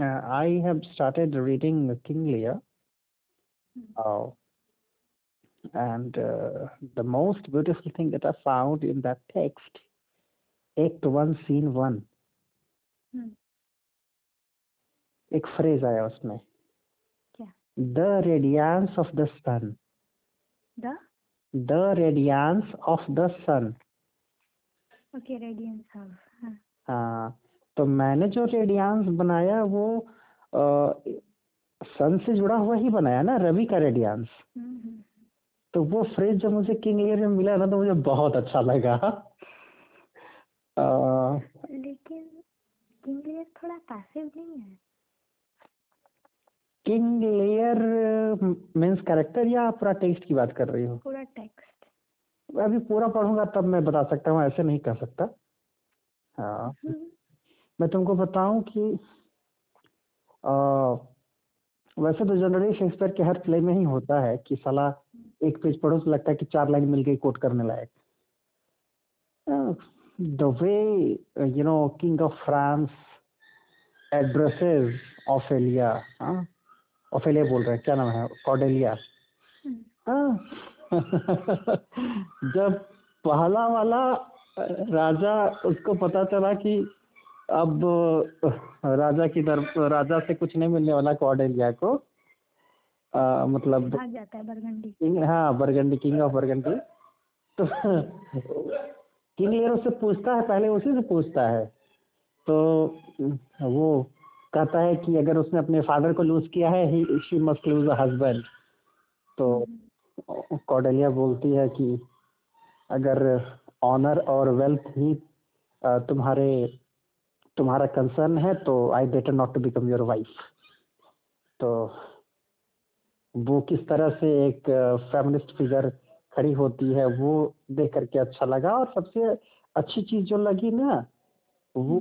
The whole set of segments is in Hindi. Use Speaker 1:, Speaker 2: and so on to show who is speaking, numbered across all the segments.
Speaker 1: Uh, I have started reading King Lear,
Speaker 2: Mm.
Speaker 1: uh, and uh, the most beautiful thing that I found in that text, Act 1, Scene 1,
Speaker 2: हम्म,
Speaker 1: एक फ्रेज आया उसमें
Speaker 2: क्या
Speaker 1: the radiance of the sun
Speaker 2: the
Speaker 1: the radiance of the sun
Speaker 2: okay radiance of हाँ
Speaker 1: हाँ तो मैंने जो रेडियंस बनाया वो सन से जुड़ा हुआ ही बनाया ना रवि का रेडियंस
Speaker 2: हम्म, हम्म,
Speaker 1: तो वो फ्रेज जो मुझे किंग लेयर में मिला ना तो मुझे बहुत अच्छा लगा अ,
Speaker 2: हम्म। लेकिन किंग लेयर थोड़ा पैसिव नहीं है
Speaker 1: किंग लेयर मीन्स कैरेक्टर या पूरा टेक्स्ट की बात कर रही हो
Speaker 2: पूरा टेक्स्ट
Speaker 1: अभी पूरा पढ़ूंगा तब मैं बता सकता हूँ ऐसे नहीं कर सकता हाँ
Speaker 2: हम्म,
Speaker 1: मैं तुमको बताऊं कि अ, वैसे तो जनरली शेक्सपियर के हर प्ले में ही होता है कि साला एक पेज पढ़ो तो लगता है कि चार लाइन मिल गई कोट करने लायक the way you know king of France addresses Ophelia हाँ ऑफेलिया बोल रहे हैं क्या नाम है कॉडेलिया जब पहला वाला राजा उसको पता चला कि अब राजा की दर राजा से कुछ नहीं मिलने वाला कॉडेलिया को अ, मतलब
Speaker 2: भाग जाता है बरगंडी
Speaker 1: किंग हाँ बरगंडी किंग ऑफ बरगंडी तो किंग लेयर उससे पूछता है पहले उसी से पूछता है तो वो कहता है कि अगर उसने अपने फादर को लूज किया है ही she must lose a husband तो
Speaker 2: हम्म,
Speaker 1: कौडल्या बोलती है कि अगर ऑनर और वेल्थ ही अ, तुम्हारे तुम्हारा कंसर्न है तो I better not to become your wife तो वो किस तरह से एक फेमिनिस्ट फिगर खड़ी होती है वो देख करके अच्छा लगा और सबसे अच्छी चीज जो लगी ना वो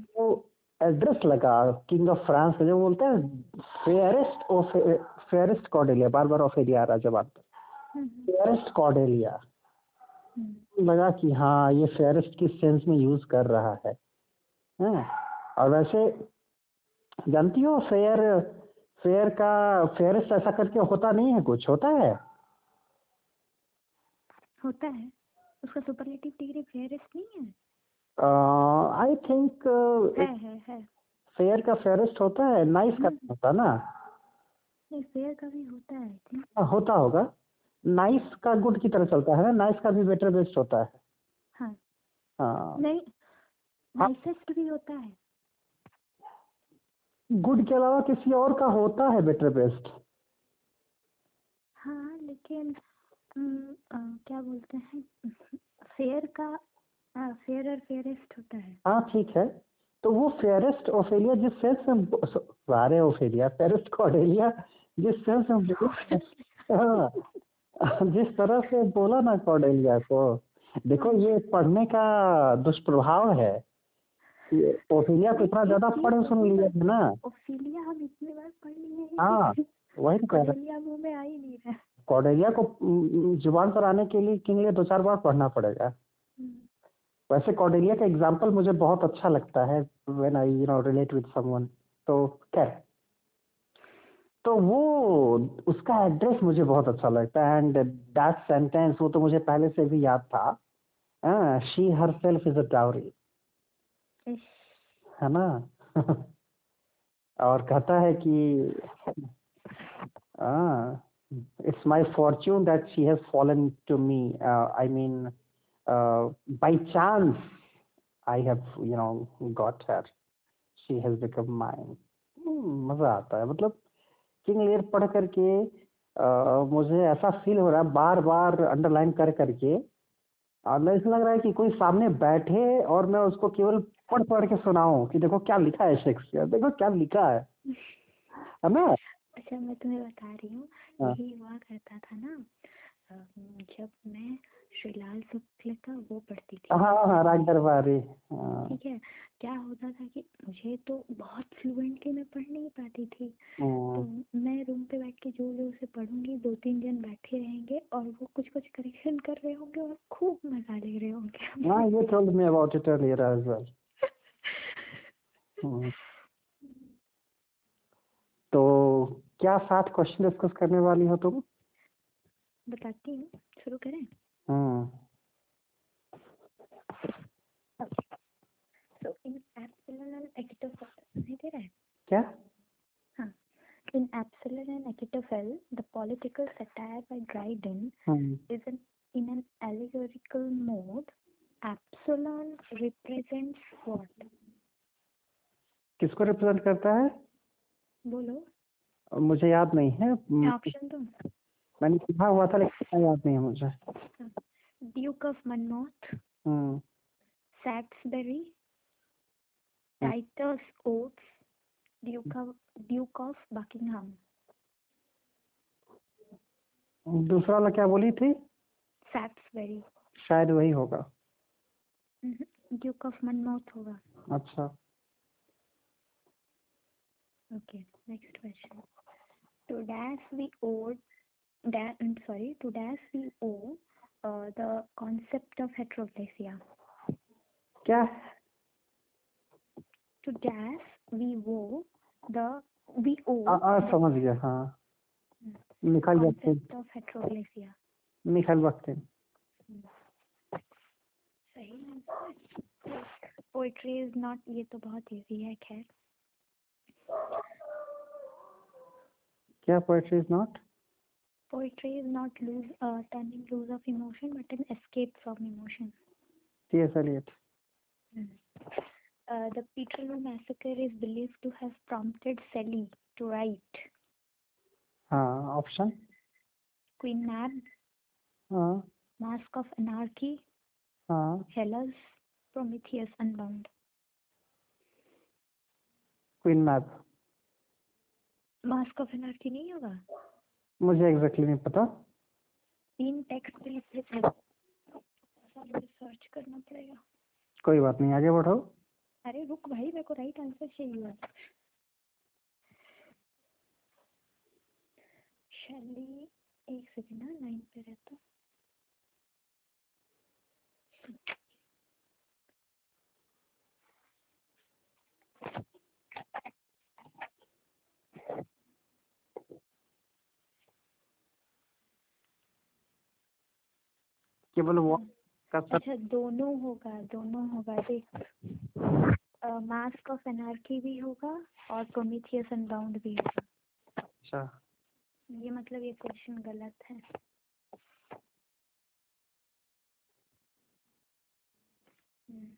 Speaker 1: एड्रेस लगा किंग ऑफ फ्रांस का जो बोलता है फेयरेस्ट ऑफ फेयरेस्ट कॉडेलिया बार बार ऑफेलिया आ रहा है जवाब
Speaker 2: हम्म,
Speaker 1: फेयरेस्ट कॉडेलिया
Speaker 2: हम्म,
Speaker 1: लगा कि हाँ ये फेयरेस्ट किस सेंस में यूज कर रहा है हैं? और वैसे जानती हो फेयर फेयर का फेयरेस्ट ऐसा करके होता नहीं है कुछ होता है
Speaker 2: होता है उसका सुपरलेटिव डिग्री फेयरेस्ट नहीं है
Speaker 1: Uh, आई थिंक
Speaker 2: है है है
Speaker 1: फेयर uh, का फेयरेस्ट होता है नाइस का
Speaker 2: हम्म,
Speaker 1: नहीं होता ना
Speaker 2: नहीं फेयर का भी होता है I think।
Speaker 1: हाँ, होता होगा नाइस का गुड की तरह चलता है ना नाइस का भी बेटर बेस्ट होता है
Speaker 2: हाँ
Speaker 1: हाँ
Speaker 2: नहीं
Speaker 1: हाँ
Speaker 2: नाइसेस्ट भी होता है
Speaker 1: गुड के अलावा किसी और का होता है बेटर बेस्ट
Speaker 2: हाँ लेकिन हम्म, अ, क्या बोलते हैं फेयर का फेयर और फेयरेस्ट होता है
Speaker 1: हाँ ठीक है तो वो फेयरेस्ट ओफेलिया जिस सेंस में सारे ओफेलिया फेयरेस्ट कॉडेलिया जिस सेंस में बोला हाँ, जिस तरह से बोला ना कॉडेलिया को देखो ये पढ़ने का दुष्प्रभाव है ये ओफेलिया को इतना ज्यादा
Speaker 2: इसलिए
Speaker 1: पढ़
Speaker 2: तो
Speaker 1: सुन
Speaker 2: हम
Speaker 1: लिया है
Speaker 2: पढ़-
Speaker 1: ना
Speaker 2: ओफेलिया हम इतनी बार पढ़ लिए
Speaker 1: हाँ
Speaker 2: हैं
Speaker 1: वही तो कह रहे
Speaker 2: कॉर्डेलिया मुंह में आ ही नहीं रहा
Speaker 1: कॉडेलिया को उम, जुबान पर आने के लिए किंग लिए दो चार बार पढ़ना पड़ेगा
Speaker 2: हम्म,
Speaker 1: वैसे कॉर्डेलिया का एग्जाम्पल मुझे बहुत अच्छा लगता है when I you know relate with someone तो खैर तो वो उसका एड्रेस मुझे बहुत अच्छा लगता है एंड दैट सेंटेंस वो तो मुझे पहले से भी याद हाँ, था she herself is a dowry
Speaker 2: इश,
Speaker 1: है ना और कहता है कि "हाँ, it's my fortune that she has fallen to me I mean uh, by chance I have you know got her she has become mine मजा आता है मतलब किंग लेयर पढ़ करके अ, मुझे ऐसा फील हो रहा है बार बार अंडरलाइन कर करके और मैं ऐसा लग रहा है कि कोई सामने बैठे और मैं उसको केवल पढ़ पढ़ के सुनाऊं कि देखो क्या लिखा है शेक्सपियर देखो क्या लिखा है है ना
Speaker 2: अच्छा मैं तुम्हें बता रही हूँ
Speaker 1: हाँ
Speaker 2: यही हुआ करता था ना अम, जब मैं श्रीलाल शुक्ल का वो पढ़ती थी
Speaker 1: हाँ हाँ, राग दरबारी हाँ
Speaker 2: ठीक है क्या होता था कि मुझे तो बहुत फ्लुएंटली मैं पढ़ नहीं पाती थी तो
Speaker 1: हम्म,
Speaker 2: मैं रूम पे बैठ के जोर जोर से पढ़ूंगी दो तीन जन बैठे रहेंगे और वो कुछ कुछ करेक्शन कर रहे होंगे और खूब मजा ले रहे होंगे
Speaker 1: हाँ
Speaker 2: हमसे
Speaker 1: ये टोल्ड मी अबाउट हाँ। इट अर्लियर एज वेल तो क्या सात क्वेश्चन डिस्कस करने वाली हो तुम
Speaker 2: बताती हूँ शुरू करें
Speaker 1: hmm
Speaker 2: so in Absalom and Achitophel नहीं दे रहा है
Speaker 1: क्या
Speaker 2: In Absalom and Achitophel, the political satire by Dryden
Speaker 1: hmm
Speaker 2: is an, in an allegorical mode. Absalom represents what?
Speaker 1: किसको रिप्रेजेंट करता है
Speaker 2: बोलो
Speaker 1: मुझे याद नहीं है
Speaker 2: मैं
Speaker 1: म-
Speaker 2: ऑप्शन दूँ
Speaker 1: मैंने सुना हुआ था लेकिन इतना याद नहीं है मुझे
Speaker 2: duke of Monmouth
Speaker 1: hmm
Speaker 2: Shaftesbury
Speaker 1: Hmm.
Speaker 2: Titus Oates Duke of Duke of Buckingham
Speaker 1: दूसरा वाला क्या बोली थी
Speaker 2: सैक्सबेरी
Speaker 1: शायद वही होगा
Speaker 2: Mm-hmm. ड्यूक ऑफ मनमोथ होगा
Speaker 1: अच्छा
Speaker 2: Okay, next question. To DAS we owe, da, I'm sorry, to DAS we owe uh, the concept of heteroplasia.
Speaker 1: क्या
Speaker 2: To DAS we owe the, we owe
Speaker 1: uh, uh,
Speaker 2: the
Speaker 1: समझ गया हाँ Mikhail Bakhtin
Speaker 2: concept of heteroplasia.
Speaker 1: Mikhail Bakhtin
Speaker 2: सही आंसर पोइट्री इज नॉट ये तो बहुत इजी है खैर
Speaker 1: क्या poetry is not
Speaker 2: poetry is not loose turning loose of emotion but an escape from emotion
Speaker 1: T S Eliot
Speaker 2: Uh, the Peterloo massacre is believed to have prompted Shelley to write
Speaker 1: हाँ ऑप्शन
Speaker 2: Queen Mab,
Speaker 1: हाँ
Speaker 2: Mask of Anarchy,
Speaker 1: हाँ
Speaker 2: Hellas, Prometheus Unbound.
Speaker 1: Queen Mab
Speaker 2: Mask of Anarchy नहीं होगा
Speaker 1: मुझे एग्जैक्टली नहीं पता
Speaker 2: तीन टेक्स्ट पे लिखे थे सर्च करना पड़ेगा
Speaker 1: कोई बात नहीं आगे बढ़ो
Speaker 2: अरे रुक भाई मेरे को राइट आंसर चाहिए होगा शैली एक सेकंड ना लाइन पे रहता
Speaker 1: केवल वो का सर
Speaker 2: अच्छा दोनों होगा दोनों होगा देख मास्क ऑफ एनार्की भी होगा और प्रोमीथियस अनबाउंड भी होगा
Speaker 1: अच्छा
Speaker 2: ये मतलब ये क्वेश्चन गलत है हम्म।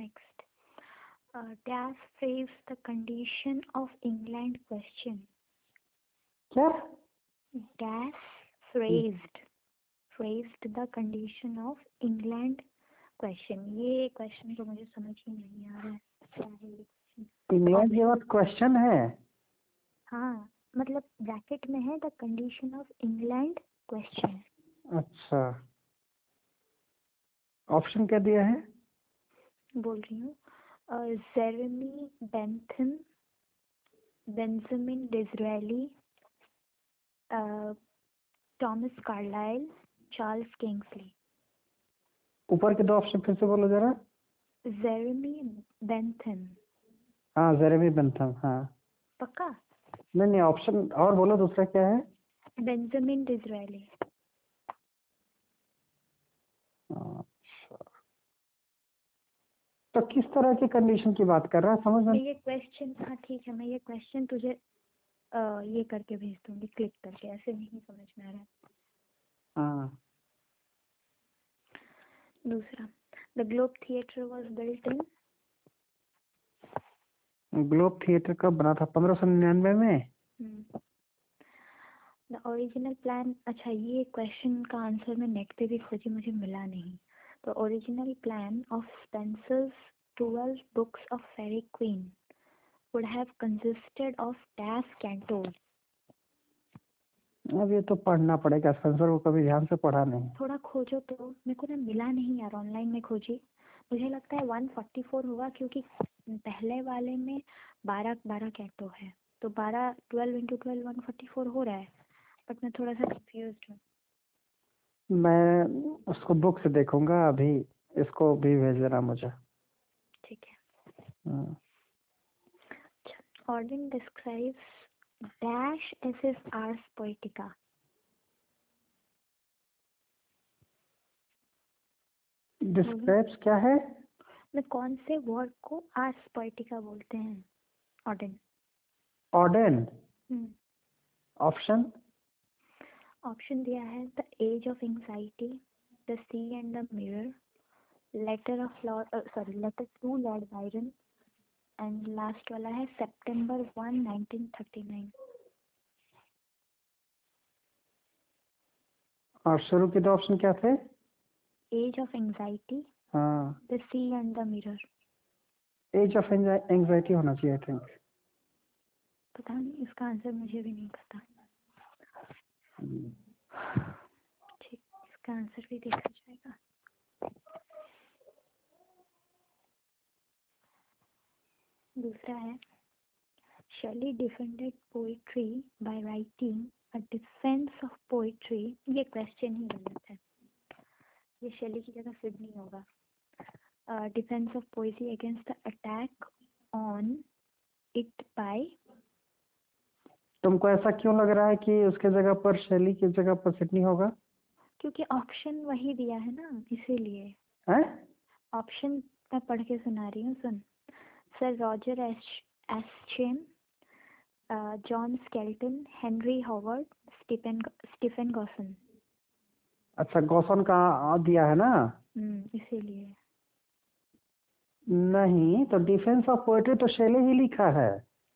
Speaker 2: Next dash face the condition of England question
Speaker 1: क्या
Speaker 2: Dash phrased phrased the condition of England question ये question तो मुझे समझ ही नहीं आ रहा है क्या है ये question?
Speaker 1: इंग्लैंड के बाद क्वेश्चन है
Speaker 2: हाँ मतलब ब्रैकेट में है the condition of England question
Speaker 1: अच्छा ऑप्शन क्या दिया है
Speaker 2: बोल रही हूँ Jeremy Bentham Benjamin Disraeli Thomas Carlyle Charles Kingsley
Speaker 1: ऊपर के दो ऑप्शन फिर से बोलो जरा
Speaker 2: जेरेमी बेंथम
Speaker 1: हाँ जेरेमी बेंथम हाँ
Speaker 2: पक्का
Speaker 1: नहीं नहीं ऑप्शन और बोलो दूसरा क्या है
Speaker 2: बेंजामिन डिजराइली
Speaker 1: अच्छा तो किस तरह की कंडीशन की बात कर रहा है समझ
Speaker 2: मैं
Speaker 1: में
Speaker 2: ये क्वेश्चन हाँ ठीक है मैं ये क्वेश्चन तुझे अ, ये करके भेज दूंगी क्लिक करके ऐसे नहीं समझ में आ रहा है
Speaker 1: हाँ
Speaker 2: दूसरा the Globe theatre was built in
Speaker 1: Globe theatre कब बना था पंद्रह सौ निन्यानवे में
Speaker 2: hmm. द ओरिजिनल प्लान अच्छा ये क्वेश्चन का आंसर मैं नेट पे भी खोजी मुझे मिला नहीं the original plan of Spenser's twelve books of Faerie Queene would have consisted of dash cantos
Speaker 1: अब ये तो पढ़ना पड़ेगा स्पेंसर को कभी ध्यान से पढ़ा नहीं
Speaker 2: थोड़ा खोजो तो मेरे को ना मिला नहीं यार ऑनलाइन में खोजी मुझे लगता है 144 होगा क्योंकि पहले वाले में 12 12 कैटो है तो 12 12 इंटू ट्वेल्व वन हो रहा है बट मैं थोड़ा सा कंफ्यूज हूँ
Speaker 1: मैं उसको बुक से देखूंगा अभी हाँ। इसको भी भेज देना मुझे
Speaker 2: ठीक है
Speaker 1: हाँ।
Speaker 2: अच्छा according describes dash as his ars poetica.
Speaker 1: Describes क्या है
Speaker 2: में कौन से वर्ड को आर्स पोएटिका बोलते हैं ऑर्डन
Speaker 1: ऑर्डन
Speaker 2: हम्म,
Speaker 1: ऑप्शन
Speaker 2: ऑप्शन दिया है the age of anxiety the sea and the mirror letter of Lord sorry letter to Lord Byron and last वाला है सितंबर 1 1939
Speaker 1: और शुरू के दो ऑप्शन क्या थे
Speaker 2: एज ऑफ एंजाइटी
Speaker 1: हाँ
Speaker 2: the sea and the mirror
Speaker 1: age of anxiety होना चाहिए आई थिंक
Speaker 2: पता नहीं इसका आंसर मुझे भी नहीं पता ठीक इसका आंसर भी देखा जाएगा दूसरा है Shelley defended poetry by writing a defence of poetry ये क्वेश्चन ही गलत है ये शैली की जगह फिट नहीं होगा defence of poetry against the attack on it by
Speaker 1: तुमको ऐसा क्यों लग रहा है कि उसके जगह पर शैली की जगह पर सिडनी होगा
Speaker 2: क्योंकि ऑप्शन वही दिया है ना इसीलिए
Speaker 1: हैं
Speaker 2: ऑप्शन मैं पढ़ के सुना रही हूँ सुन sir Roger Ascham John Skelton Henry Howard Stephen Stephen Gosson
Speaker 1: अच्छा गौसन का आ दिया है ना
Speaker 2: हम्म, इसीलिए
Speaker 1: नहीं तो डिफेंस ऑफ पोएट्री तो शैली ही लिखा है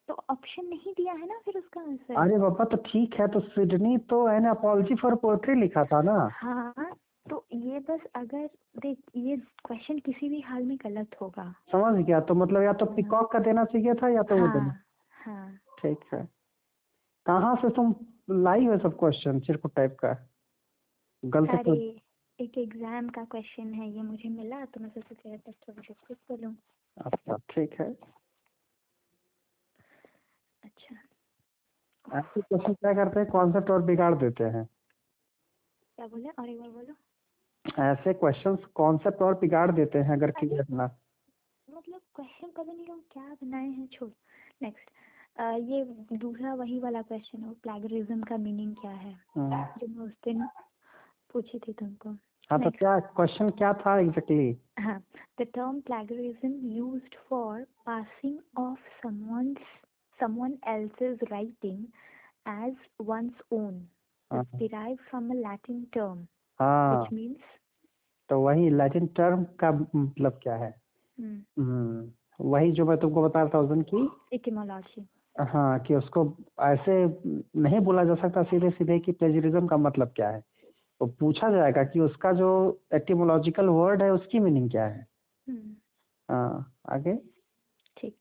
Speaker 2: तो ऑप्शन नहीं दिया है ना फिर उसका आंसर
Speaker 1: अरे बाबा तो ठीक है तो सिडनी तो एन अपॉलजी फॉर पोएट्री लिखा था ना
Speaker 2: हाँ तो ये बस अगर देख ये क्वेश्चन किसी भी हाल में गलत होगा
Speaker 1: समझ गया तो मतलब या तो पिकॉक का देना चाहिए था या तो वो देना
Speaker 2: हाँ हाँ
Speaker 1: ठीक है कहाँ से तुम लाई हो सब क्वेश्चन चिरकुट टाइप का गलत
Speaker 2: अरे
Speaker 1: तो
Speaker 2: एक एग्जाम का क्वेश्चन है ये मुझे मिला तो मैं सोचा तेरे तक थोड़ी डिस्कस कर लूँ
Speaker 1: अच्छा ठीक है
Speaker 2: अच्छा
Speaker 1: ऐसे क्वेश्चन क्या करते हैं कॉन्सेप्ट और बिगाड़ देते हैं
Speaker 2: क्या बोले और एक बार बोलो
Speaker 1: ऐसे क्वेश्चंस कॉन्सेप्ट और बिगाड़ देते हैं अगर
Speaker 2: अरे।
Speaker 1: क्लियर ना
Speaker 2: मतलब क्वेश्चन पता नहीं लोग क्या बनाए हैं छोड़ नेक्स्ट ये दूसरा वही वाला क्वेश्चन है प्लेगरिज्म का मीनिंग क्या है
Speaker 1: हम्म,
Speaker 2: जो मैं उस दिन पूछी थी तुमको
Speaker 1: हाँ तो
Speaker 2: Next.
Speaker 1: क्या क्वेश्चन क्या था एग्जैक्टली
Speaker 2: हाँ the term plagiarism used for passing off someone's someone else's writing as one's own is
Speaker 1: हाँ
Speaker 2: derived from a latin term
Speaker 1: हाँ,
Speaker 2: which means
Speaker 1: तो वही लैटिन टर्म का मतलब क्या है
Speaker 2: hmm,
Speaker 1: हम्म, वही जो मैं तुमको बता रहा था उस दिन की
Speaker 2: etymology
Speaker 1: हाँ कि उसको ऐसे नहीं बोला जा सकता सीधे सीधे कि प्लेजरिज्म का मतलब क्या है वो पूछा जाएगा कि उसका जो एटिमोलॉजिकल वर्ड है उसकी मीनिंग क्या है
Speaker 2: hmm.
Speaker 1: हाँ आगे
Speaker 2: ठीक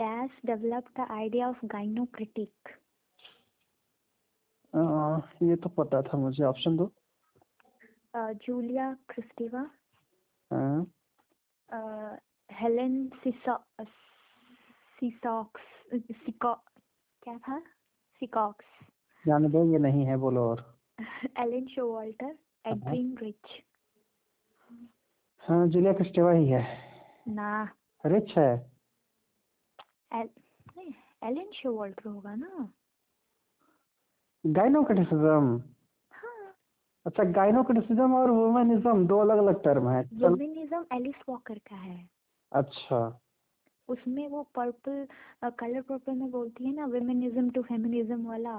Speaker 2: dash develop the idea of gynocritic
Speaker 1: uh, ये तो पता था मुझे ऑप्शन दो
Speaker 2: जूलिया क्रिस्टीवा
Speaker 1: हाँ
Speaker 2: हेलेन सिसॉक्स सिको क्या था सिकॉक्स
Speaker 1: जाने दो ये नहीं है बोलो और
Speaker 2: Elaine Showalter Adrienne Rich
Speaker 1: हाँ जूलिया क्रिस्टेवा ही है
Speaker 2: ना
Speaker 1: रिच है
Speaker 2: एलन शो वॉल्टर होगा ना
Speaker 1: गाइनोक्रिटिसिज्म
Speaker 2: हाँ
Speaker 1: अच्छा गाइनोक्रिटिसिज्म और वुमेनिज्म दो अलग अलग टर्म है चल
Speaker 2: वुमेनिज्म एलिस वॉकर का है
Speaker 1: अच्छा
Speaker 2: उसमें वो पर्पल कलर पर्पल में बोलती है ना विमेनिज्म टू फेमिनिज्म वाला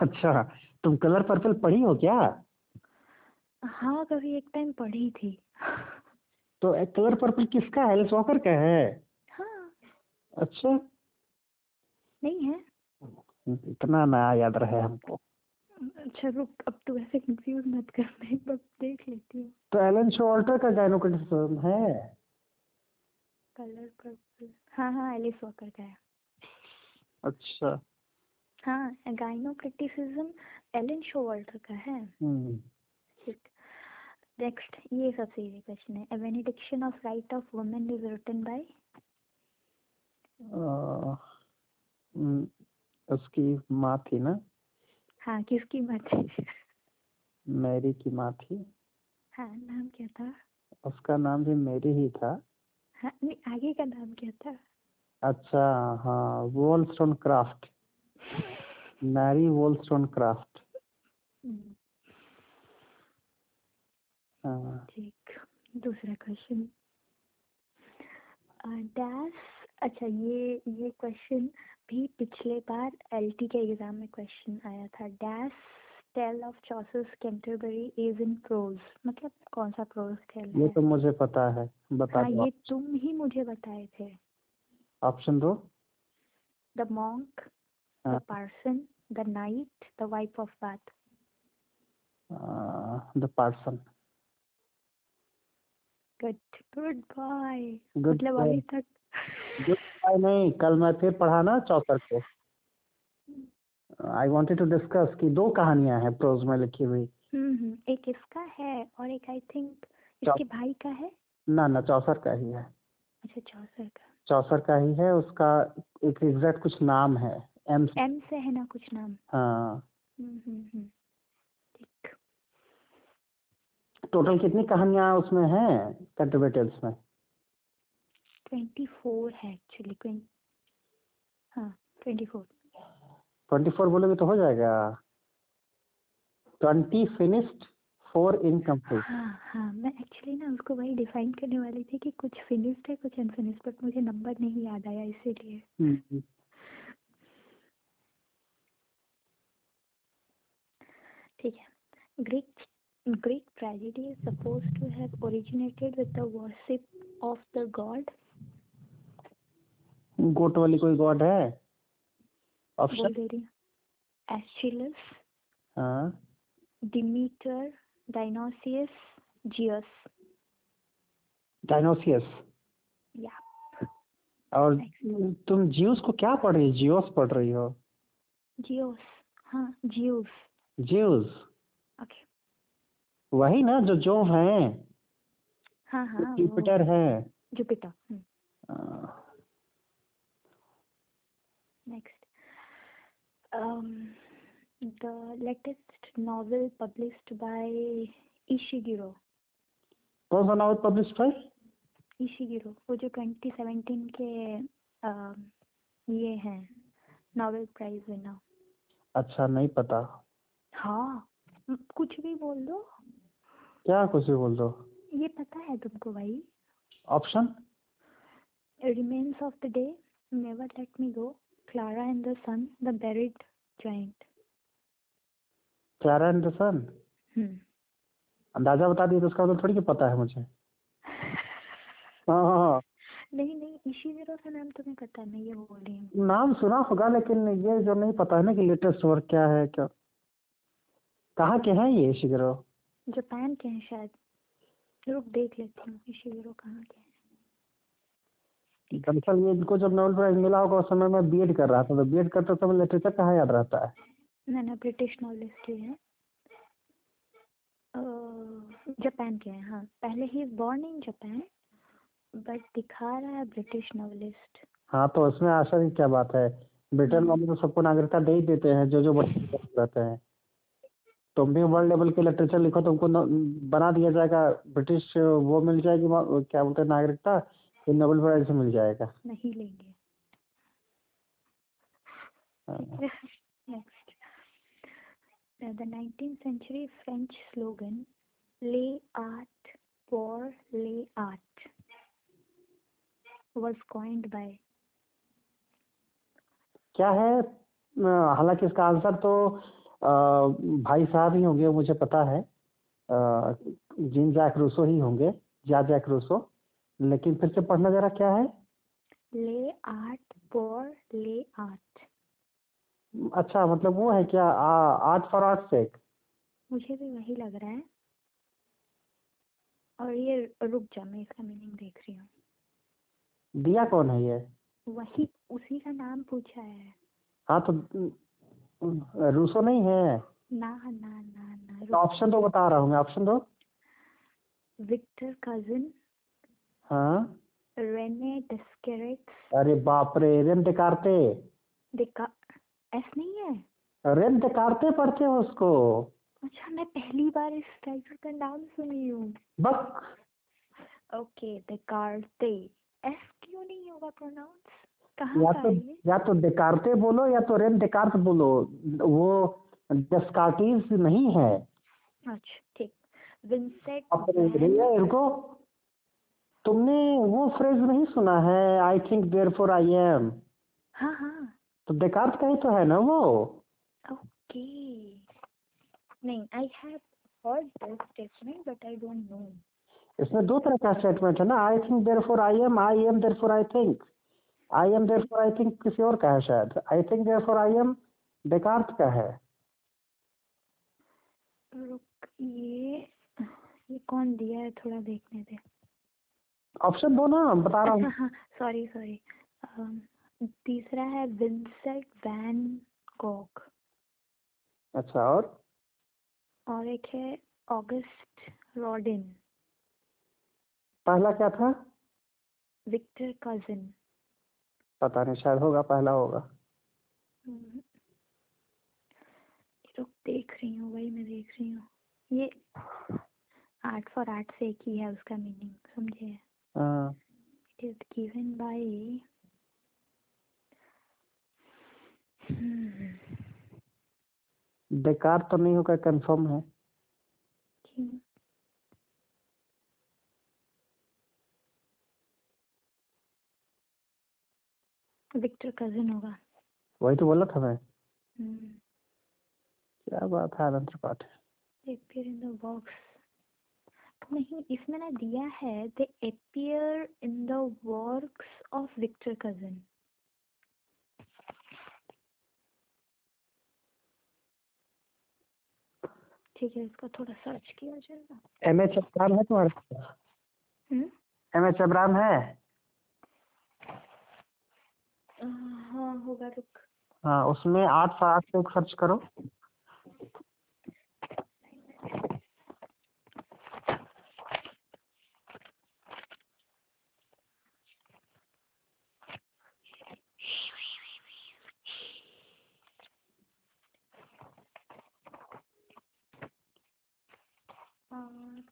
Speaker 1: अच्छा तुम कलर पर्पल पढ़ी हो क्या
Speaker 2: हाँ कभी एक टाइम पढ़ी थी
Speaker 1: तो कलर पर्पल किसका है एलिस वॉकर का है
Speaker 2: हाँ
Speaker 1: अच्छा
Speaker 2: नहीं है
Speaker 1: इतना नया याद रहे हमको
Speaker 2: अच्छा रुक अब तो ऐसे कंफ्यूज मत कर मैं एक बार देख लेती हूँ
Speaker 1: तो एलन शोल्टर का गाइनोक्रिटिसिज्म है
Speaker 2: कलर पर्पल हाँ हाँ एलिस वॉकर का है
Speaker 1: अच्छा
Speaker 2: हाँ गाइनो क्रिटिसिज्म एलन शोवल्टर का है
Speaker 1: हम्म
Speaker 2: ठीक नेक्स्ट ये सबसे इजी क्वेश्चन है a vindication of right of women is written by
Speaker 1: uh, हम्म, उसकी माँ थी ना
Speaker 2: हाँ किसकी बात है
Speaker 1: मैरी की माँ थी
Speaker 2: हाँ नाम क्या था
Speaker 1: उसका नाम भी मैरी ही था
Speaker 2: हाँ नहीं आगे का नाम क्या था
Speaker 1: अच्छा हाँ Wollstonecraft Mary Wollstonecraft
Speaker 2: हम्म,
Speaker 1: हाँ
Speaker 2: ठीक दूसरा क्वेश्चन डैश अच्छा ये ये क्वेश्चन भी पिछले बार एलटी के एग्जाम में क्वेश्चन आया था डैश टेल ऑफ चौसस कैंटरबरी इज इन प्रोज मतलब कौन सा प्रोज टेल
Speaker 1: ये
Speaker 2: है
Speaker 1: तो मुझे पता है बता
Speaker 2: हाँ
Speaker 1: दो
Speaker 2: ये तुम ही मुझे बताए थे
Speaker 1: ऑप्शन दो
Speaker 2: द मॉन्क द
Speaker 1: हाँ
Speaker 2: parson the knight the wife of Bath
Speaker 1: the parson
Speaker 2: good good boy
Speaker 1: good
Speaker 2: मतलब
Speaker 1: बाय
Speaker 2: अभी तक
Speaker 1: गुड बाय नहीं कल मैं फिर पढ़ा ना चौसर को आई वांटेड टू डिस्कस कि दो कहानियां हैं प्रोज में लिखी हुई
Speaker 2: हम्म हम्म, एक इसका है और एक आई थिंक
Speaker 1: चौ
Speaker 2: इसके भाई का है
Speaker 1: ना ना चौसर का ही है
Speaker 2: अच्छा चौसर का
Speaker 1: चौसर का ही है उसका एक एग्जैक्ट कुछ नाम है एम
Speaker 2: एम से है ना कुछ नाम
Speaker 1: हाँ
Speaker 2: हम्म हम्म हम्म, ठीक
Speaker 1: टोटल कितनी कहानियां उसमें हैं कैंटरबरी टेल्स में
Speaker 2: ट्वेंटी फोर है एक्चुअली ट्वेंटी हाँ ट्वेंटी फोर
Speaker 1: ट्वेंटी फोर बोलोगे तो हो जाएगा ट्वेंटी फिनिश्ड फोर इनकम्प्लीट
Speaker 2: हाँ हाँ मैं एक्चुअली ना उसको वही डिफाइन करने वाली थी कि कुछ फिनिश्ड है कुछ अनफिनिश्ड बट मुझे नंबर नहीं याद आया इसीलिए हम्म। ठीक है Greek Greek tragedy is supposed to have originated with the worship of the god.
Speaker 1: Goat वाली कोई गॉड है ऑप्शन
Speaker 2: बोल दे रही एस्चिलस
Speaker 1: हाँ
Speaker 2: डिमीटर डायनोसियस जियस
Speaker 1: डायनोसियस
Speaker 2: या
Speaker 1: और
Speaker 2: नेक्स्ट
Speaker 1: तुम जियोस को क्या पढ़ रही हो जियोस पढ़ रही हो
Speaker 2: जियोस हाँ जियोस
Speaker 1: जियोस
Speaker 2: ओके
Speaker 1: वही ना जो जो हैं
Speaker 2: हाँ हाँ वो
Speaker 1: जुपिटर है
Speaker 2: Jupiter next Um, the latest novel published by Ishiguro
Speaker 1: कौन सा नावल पब्लिश हुआ है?
Speaker 2: इशिगिरो वो जो 2017 के अम, ये है नोबेल प्राइज विनर
Speaker 1: अच्छा नहीं पता
Speaker 2: हाँ म- कुछ भी बोल दो
Speaker 1: क्या कुछ भी बोल दो
Speaker 2: ये पता है तुमको भाई
Speaker 1: option
Speaker 2: remains of the day never let me go Klara and the sun the buried joint
Speaker 1: Klara Anderson अंदाजा बता दिया तो उसका मतलब थोड़ी कि पता है मुझे हाँ हाँ हाँ।
Speaker 2: नहीं नहीं इशिगिरो का नाम तुम्हें पता नहीं ये बोल रही हूँ
Speaker 1: नाम सुना होगा लेकिन ये जो नहीं पता है ना कि लेटेस्ट वर्क क्या है क्या कहाँ के हैं ये शिगरो
Speaker 2: जापान के हैं शायद रुक देख लेती हूँ इशिगिरो कहाँ के हैं
Speaker 1: दरअसल ये इनको जब नोबेल प्राइज मिला होगा उस समय मैं बीएड कर रहा था तो बीएड करते समय लिटरेचर कहाँ याद रहता है
Speaker 2: ना ना ब्रिटिश नॉलेज के हैं अ, जापान के हैं हाँ पहले ही बॉर्न इन जापान बट दिखा रहा है ब्रिटिश नॉवेलिस्ट
Speaker 1: हाँ तो उसमें आश्चर्य की क्या बात है ब्रिटेन वाले तो सबको नागरिकता दे ही देते हैं जो जो बच्चे रहते हैं तुम भी वर्ल्ड लेवल के लिटरेचर लिखो तुमको न, बना दिया जाएगा ब्रिटिश वो मिल जाएगी वो क्या बोलते हैं नागरिकता फिर नोबेल प्राइज से मिल जाएगा
Speaker 2: नहीं लेंगे ठीक
Speaker 1: हाँ।
Speaker 2: है next the nineteen century French slogan le art for le art was coined by
Speaker 1: क्या है अ, हालांकि इसका आंसर तो अ, भाई साहब ही होंगे मुझे पता है अ, जिन जैक रूसो ही होंगे जा जैक रूसो लेकिन फिर से पढ़ना जरा क्या है
Speaker 2: le art for le art
Speaker 1: अच्छा मतलब वो है क्या आर्ट फॉर आर्ट सेक
Speaker 2: मुझे भी वही लग रहा है और ये रुक जा मैं इसका मीनिंग देख रही हूँ
Speaker 1: दिया कौन है ये
Speaker 2: वही उसी का नाम पूछा है
Speaker 1: हाँ तो अ, रूसो नहीं है
Speaker 2: ना ना ना ना
Speaker 1: तो
Speaker 2: रुक जा
Speaker 1: ऑप्शन दो बता रहा हूँ मैं ऑप्शन दो
Speaker 2: विक्टर कजिन
Speaker 1: हाँ
Speaker 2: रेने डेस्केरेट्स
Speaker 1: अरे बाप रे रेम देकारते
Speaker 2: देखा ऐसा नहीं है
Speaker 1: रेम देकारते पढ़ते हो उसको
Speaker 2: अच्छा मैं पहली बार इस राइटर का नाम सुनी हूँ
Speaker 1: बक
Speaker 2: ओके द कार्ते एस क्यों नहीं होगा प्रोनाउंस कहाँ
Speaker 1: या
Speaker 2: का
Speaker 1: तो
Speaker 2: है हाँ, ये
Speaker 1: या तो डेकार्ते बोलो या तो रेन डेकार्त बोलो वो डेस्कार्टिस नहीं है
Speaker 2: अच्छा ठीक विंसेट
Speaker 1: आप तो भैया इनको तुमने वो फ्रेज नहीं सुना है I think therefore I am
Speaker 2: हाँ हाँ
Speaker 1: तो डेकार्त का ही तो है ना वो
Speaker 2: ओके नहीं I have heard this statement but I don't know
Speaker 1: इसमें दो तरह का स्टेटमेंट है ना I think therefore I am I am therefore I think I am therefore I think किसी और का है शायद I think therefore I am Descartes का है
Speaker 2: रुक ये ये कौन दिया है थोड़ा देखने दे
Speaker 1: ऑप्शन दो ना बता रहा
Speaker 2: अच्छा
Speaker 1: हूँ
Speaker 2: हाँ सॉरी सॉरी Um, तीसरा है विंसेंट वैन गॉग
Speaker 1: अच्छा और
Speaker 2: और एक है ऑगस्ट रॉडिन
Speaker 1: पहला क्या था
Speaker 2: विक्टर कजिन
Speaker 1: पता नहीं शायद होगा पहला होगा
Speaker 2: रुक Hmm. देख रही हूँ वही मैं देख रही हूँ ये आर्ट फॉर आर्ट से एक ही है उसका मीनिंग समझे इट
Speaker 1: हाँ
Speaker 2: इज गिवन बाय hmm.
Speaker 1: बेकार तो नहीं होगा कंफर्म है
Speaker 2: विक्टर कजिन होगा
Speaker 1: वही तो बोला था मैं
Speaker 2: हम्म
Speaker 1: क्या बात है आनंद Tripathi
Speaker 2: appear in the box तो नहीं इसमें ना दिया है दे appear in the works of victor cousin ठीक है इसका थोड़ा सर्च किया जाएगा
Speaker 1: एम एच अब्राम है तुम्हारे पास
Speaker 2: हम्म
Speaker 1: एम एच अब्राम है
Speaker 2: अह, हाँ होगा रुक
Speaker 1: हाँ उसमें आठ सौ आठ सौ सर्च करो
Speaker 2: और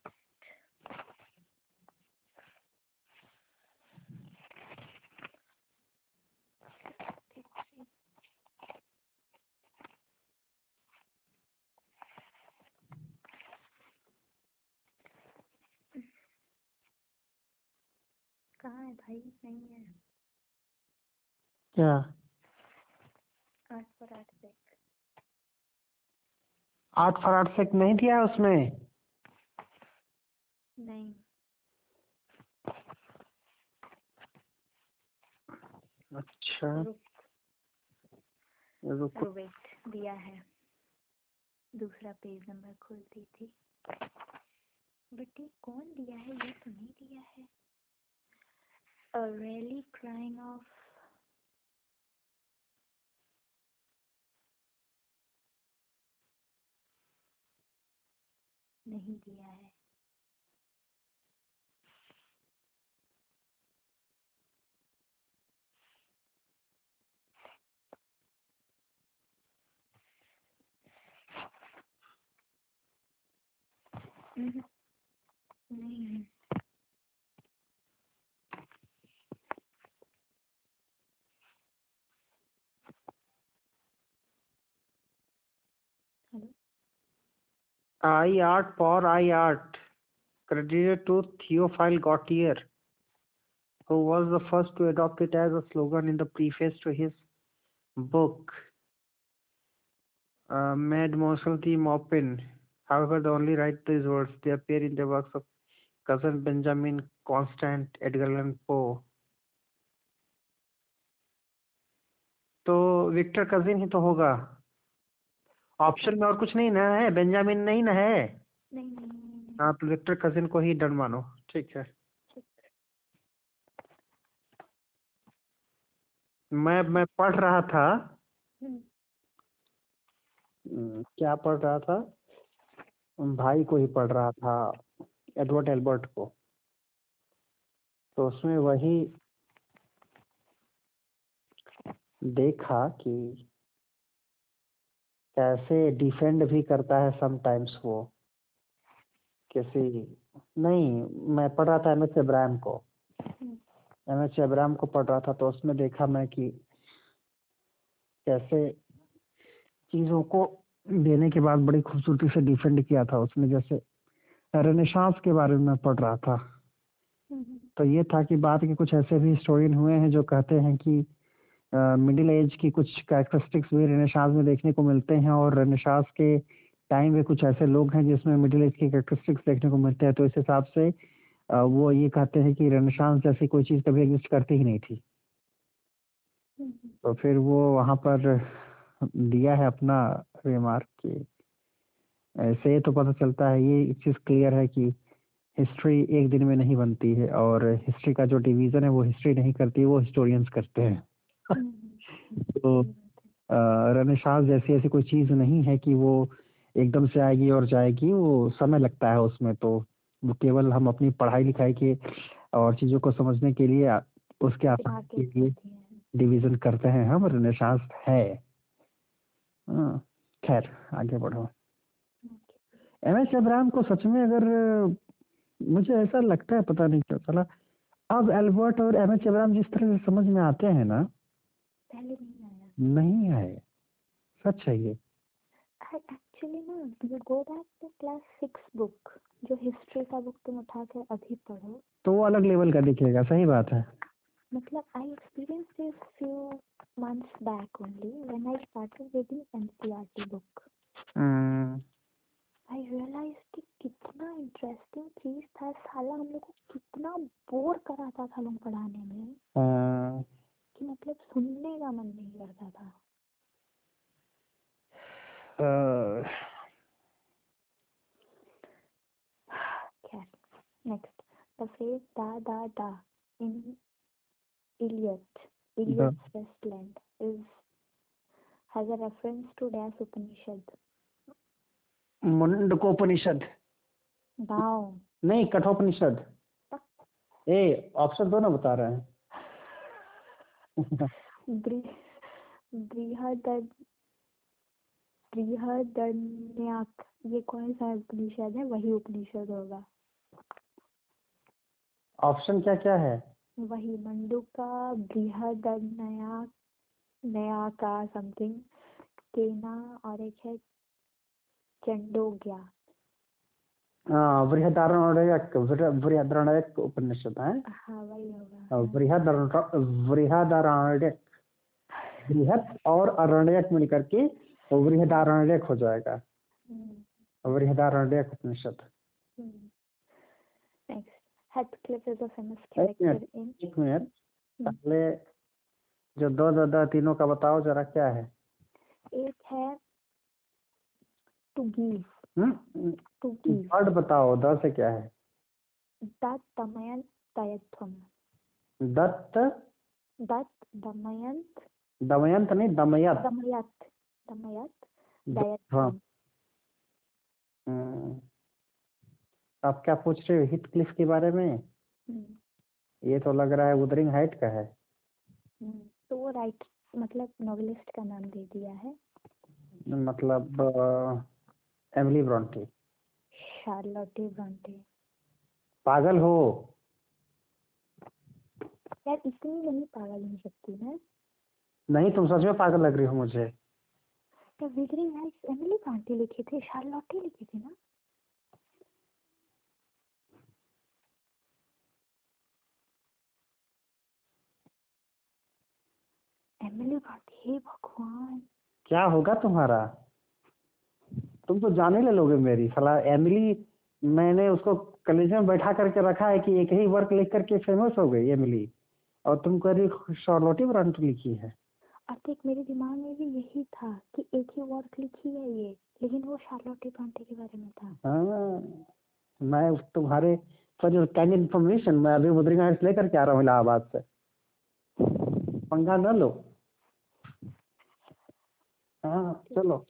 Speaker 2: कहाँ है भाई नहीं है
Speaker 1: क्या
Speaker 2: आठ पर आठ बैग
Speaker 1: आठ सौ आठ से नहीं दिया है उसमें
Speaker 2: नहीं
Speaker 1: अच्छा रुको
Speaker 2: वेट दिया है दूसरा पेज नंबर खोलती थी बट ये कौन दिया है ये तो नहीं दिया है A rally crying of नहीं दिया है हम्म, नहीं है।
Speaker 1: आई art for I art credited to Theophile Gautier, who was the first to adopt it as a slogan in the preface to his book, uh, Mad Marshal T. Maupin. However, they only write these words. They appear in the works of cousin Benjamin Constant, Edgar Allan Poe. तो विक्टर कजिन ही तो होगा ऑप्शन में और कुछ नहीं ना है बेंजामिन नहीं ना है
Speaker 2: नहीं नहीं नहीं, नहीं
Speaker 1: हाँ तो विक्टर कजिन को ही डन मानो ठीक है
Speaker 2: ठीक
Speaker 1: मैं मैं पढ़ रहा था
Speaker 2: हम्म,
Speaker 1: हम्म, क्या पढ़ रहा था उम, भाई को ही पढ़ रहा था एडवर्ड एल्बर्ट को तो उसमें वही देखा कि कैसे डिफेंड भी करता है समटाइम्स वो किसी नहीं मैं पढ़ रहा था एम एस इब्राहिम को
Speaker 2: हम्म।
Speaker 1: एम एच अब्राहम को पढ़ रहा था तो उसमें देखा मैं कि कैसे चीज़ों को देने के बाद बड़ी खूबसूरती से डिफेंड किया था उसमें जैसे रेनेशांस के बारे में मैं पढ़ रहा था तो ये था कि बात के कुछ ऐसे भी हिस्टोरियन हुए हैं जो कहते हैं कि मिडिल एज की कुछ कैरेक्टरिस्टिक्स भी रेनेशांस में देखने को मिलते हैं और रेनेशांस के टाइम में कुछ ऐसे लोग हैं जिसमें मिडिल एज की कैरेक्टरिस्टिक्स देखने को मिलते हैं तो इस हिसाब से अ, वो ये कहते हैं कि रेनेशांस जैसी कोई चीज़ कभी एग्जिस्ट करती ही नहीं थी तो फिर वो वहाँ पर दिया है अपना रिमार्क कि ऐसे ये तो पता चलता है ये चीज़ क्लियर है कि हिस्ट्री एक दिन में नहीं बनती है और हिस्ट्री का जो डिवीज़न है वो हिस्ट्री नहीं करती वो हिस्टोरियंस करते हैं तो रनशास जैसी ऐसी कोई चीज़ नहीं है कि वो एकदम से आएगी और जाएगी वो समय लगता है उसमें तो वो केवल हम अपनी पढ़ाई लिखाई के और चीज़ों को समझने के लिए आ- उसके आसान के लिए डिवीज़न करते हैं हम रनशास है हाँ, खैर आगे बढ़ो एम एस अब्राहम को सच में अगर मुझे ऐसा लगता है पता नहीं क्यों चला अब एल्बर्ट और एम एच अब्राहम जिस तरह से समझ में आते हैं ना
Speaker 2: पहले नहीं आया
Speaker 1: नहीं आए सच है ये
Speaker 2: आई एक्चुअली ना you go back to class six book जो हिस्ट्री का बुक तुम उठा के अभी पढ़ो
Speaker 1: तो वो अलग लेवल का दिखेगा सही बात है
Speaker 2: मतलब I experience this few months back only when I started reading NCERT book
Speaker 1: hmm,
Speaker 2: I realise कि कितना इंटरेस्टिंग चीज था साला हम लोग को कितना बोर कराता था लोग पढ़ाने में
Speaker 1: हाँ,
Speaker 2: कि मतलब सुनने का मन नहीं करता था
Speaker 1: अ,
Speaker 2: खैर नेक्स्ट द फ्रेज दा दा दा in Eliot Eliot's Westland is has a reference to dash Upanishad
Speaker 1: Mundakopanishad
Speaker 2: wow
Speaker 1: नहीं कठोपनिषद ए ऑप्शन दो ना बता रहे हैं
Speaker 2: बृहद बृहदन्याक ये कौन सा उपनिषद है वही उपनिषद होगा
Speaker 1: ऑप्शन क्या क्या है
Speaker 2: वही मंडूका बृहदन्याक नया का समथिंग केना और एक है चंडोग्या
Speaker 1: हाँ, बृहदारण्यक बृह- बृहदारण्यक उपनिषद है
Speaker 2: हाँ वही होगा
Speaker 1: और
Speaker 2: हाँ।
Speaker 1: बृहदारण्य- बृहदारण्यक बृहद और अरण्यक मिलकर के बृहदारण्यक हो जाएगा
Speaker 2: हम्म,
Speaker 1: बृहदारण्यक उपनिषद
Speaker 2: हम्म। Next, Heathcliff is a famous
Speaker 1: Right, yeah.
Speaker 2: character in
Speaker 1: एक मिनट
Speaker 2: हम्म।
Speaker 1: पहले जो दो दो दो तीनों का बताओ जरा क्या है
Speaker 2: एक है to give
Speaker 1: hmm?
Speaker 2: To give
Speaker 1: word बताओ द से क्या है
Speaker 2: दत्त दमयन तयत्वम
Speaker 1: दत्त
Speaker 2: दत्त दमयंत
Speaker 1: दमयंत नहीं दमयत
Speaker 2: दमयत दमयत
Speaker 1: द- हाँ
Speaker 2: दयत्वम
Speaker 1: हम्म। आप क्या पूछ रहे हो हिट क्लिफ के बारे में
Speaker 2: हम्म,
Speaker 1: ये तो लग रहा है वुदरिंग हाइट का है
Speaker 2: हम्म। तो वो राइट मतलब नॉवेलिस्ट का नाम दे दिया है
Speaker 1: मतलब अ, एमिली ब्रॉन्टी
Speaker 2: शार्लोटे ब्रॉन्टे
Speaker 1: पागल हो
Speaker 2: यार इतनी नहीं पागल हो सकती मैं
Speaker 1: नहीं तुम सच में पागल लग रही हो मुझे
Speaker 2: तो विदरिंग हाइट्स एमिली ब्रॉन्टे लिखे थे शार्लोटे लिखे थे ना एमिली ब्रॉन्टे हे भगवान
Speaker 1: क्या होगा तुम्हारा तुम तो जाने ले लोगे मेरी सलाह एमिली मैंने उसको कलेजे में बैठा करके रखा है कि एक ही वर्क लिख करके फेमस हो गई एमिली और तुम कह रही हो शार्लोटी ब्रांट लिखी है
Speaker 2: अब एक मेरे दिमाग में भी यही था कि एक ही वर्क लिखी है ये लेकिन वो शार्लोटे ब्रॉन्टे के बारे में था
Speaker 1: हाँ, मैं तुम्हारे फॉर योर काइंड इन्फॉर्मेशन मैं अभी मुद्रिका हाइट्स लेकर के आ रहा हूँ इलाहाबाद से पंगा न लो हाँ चलो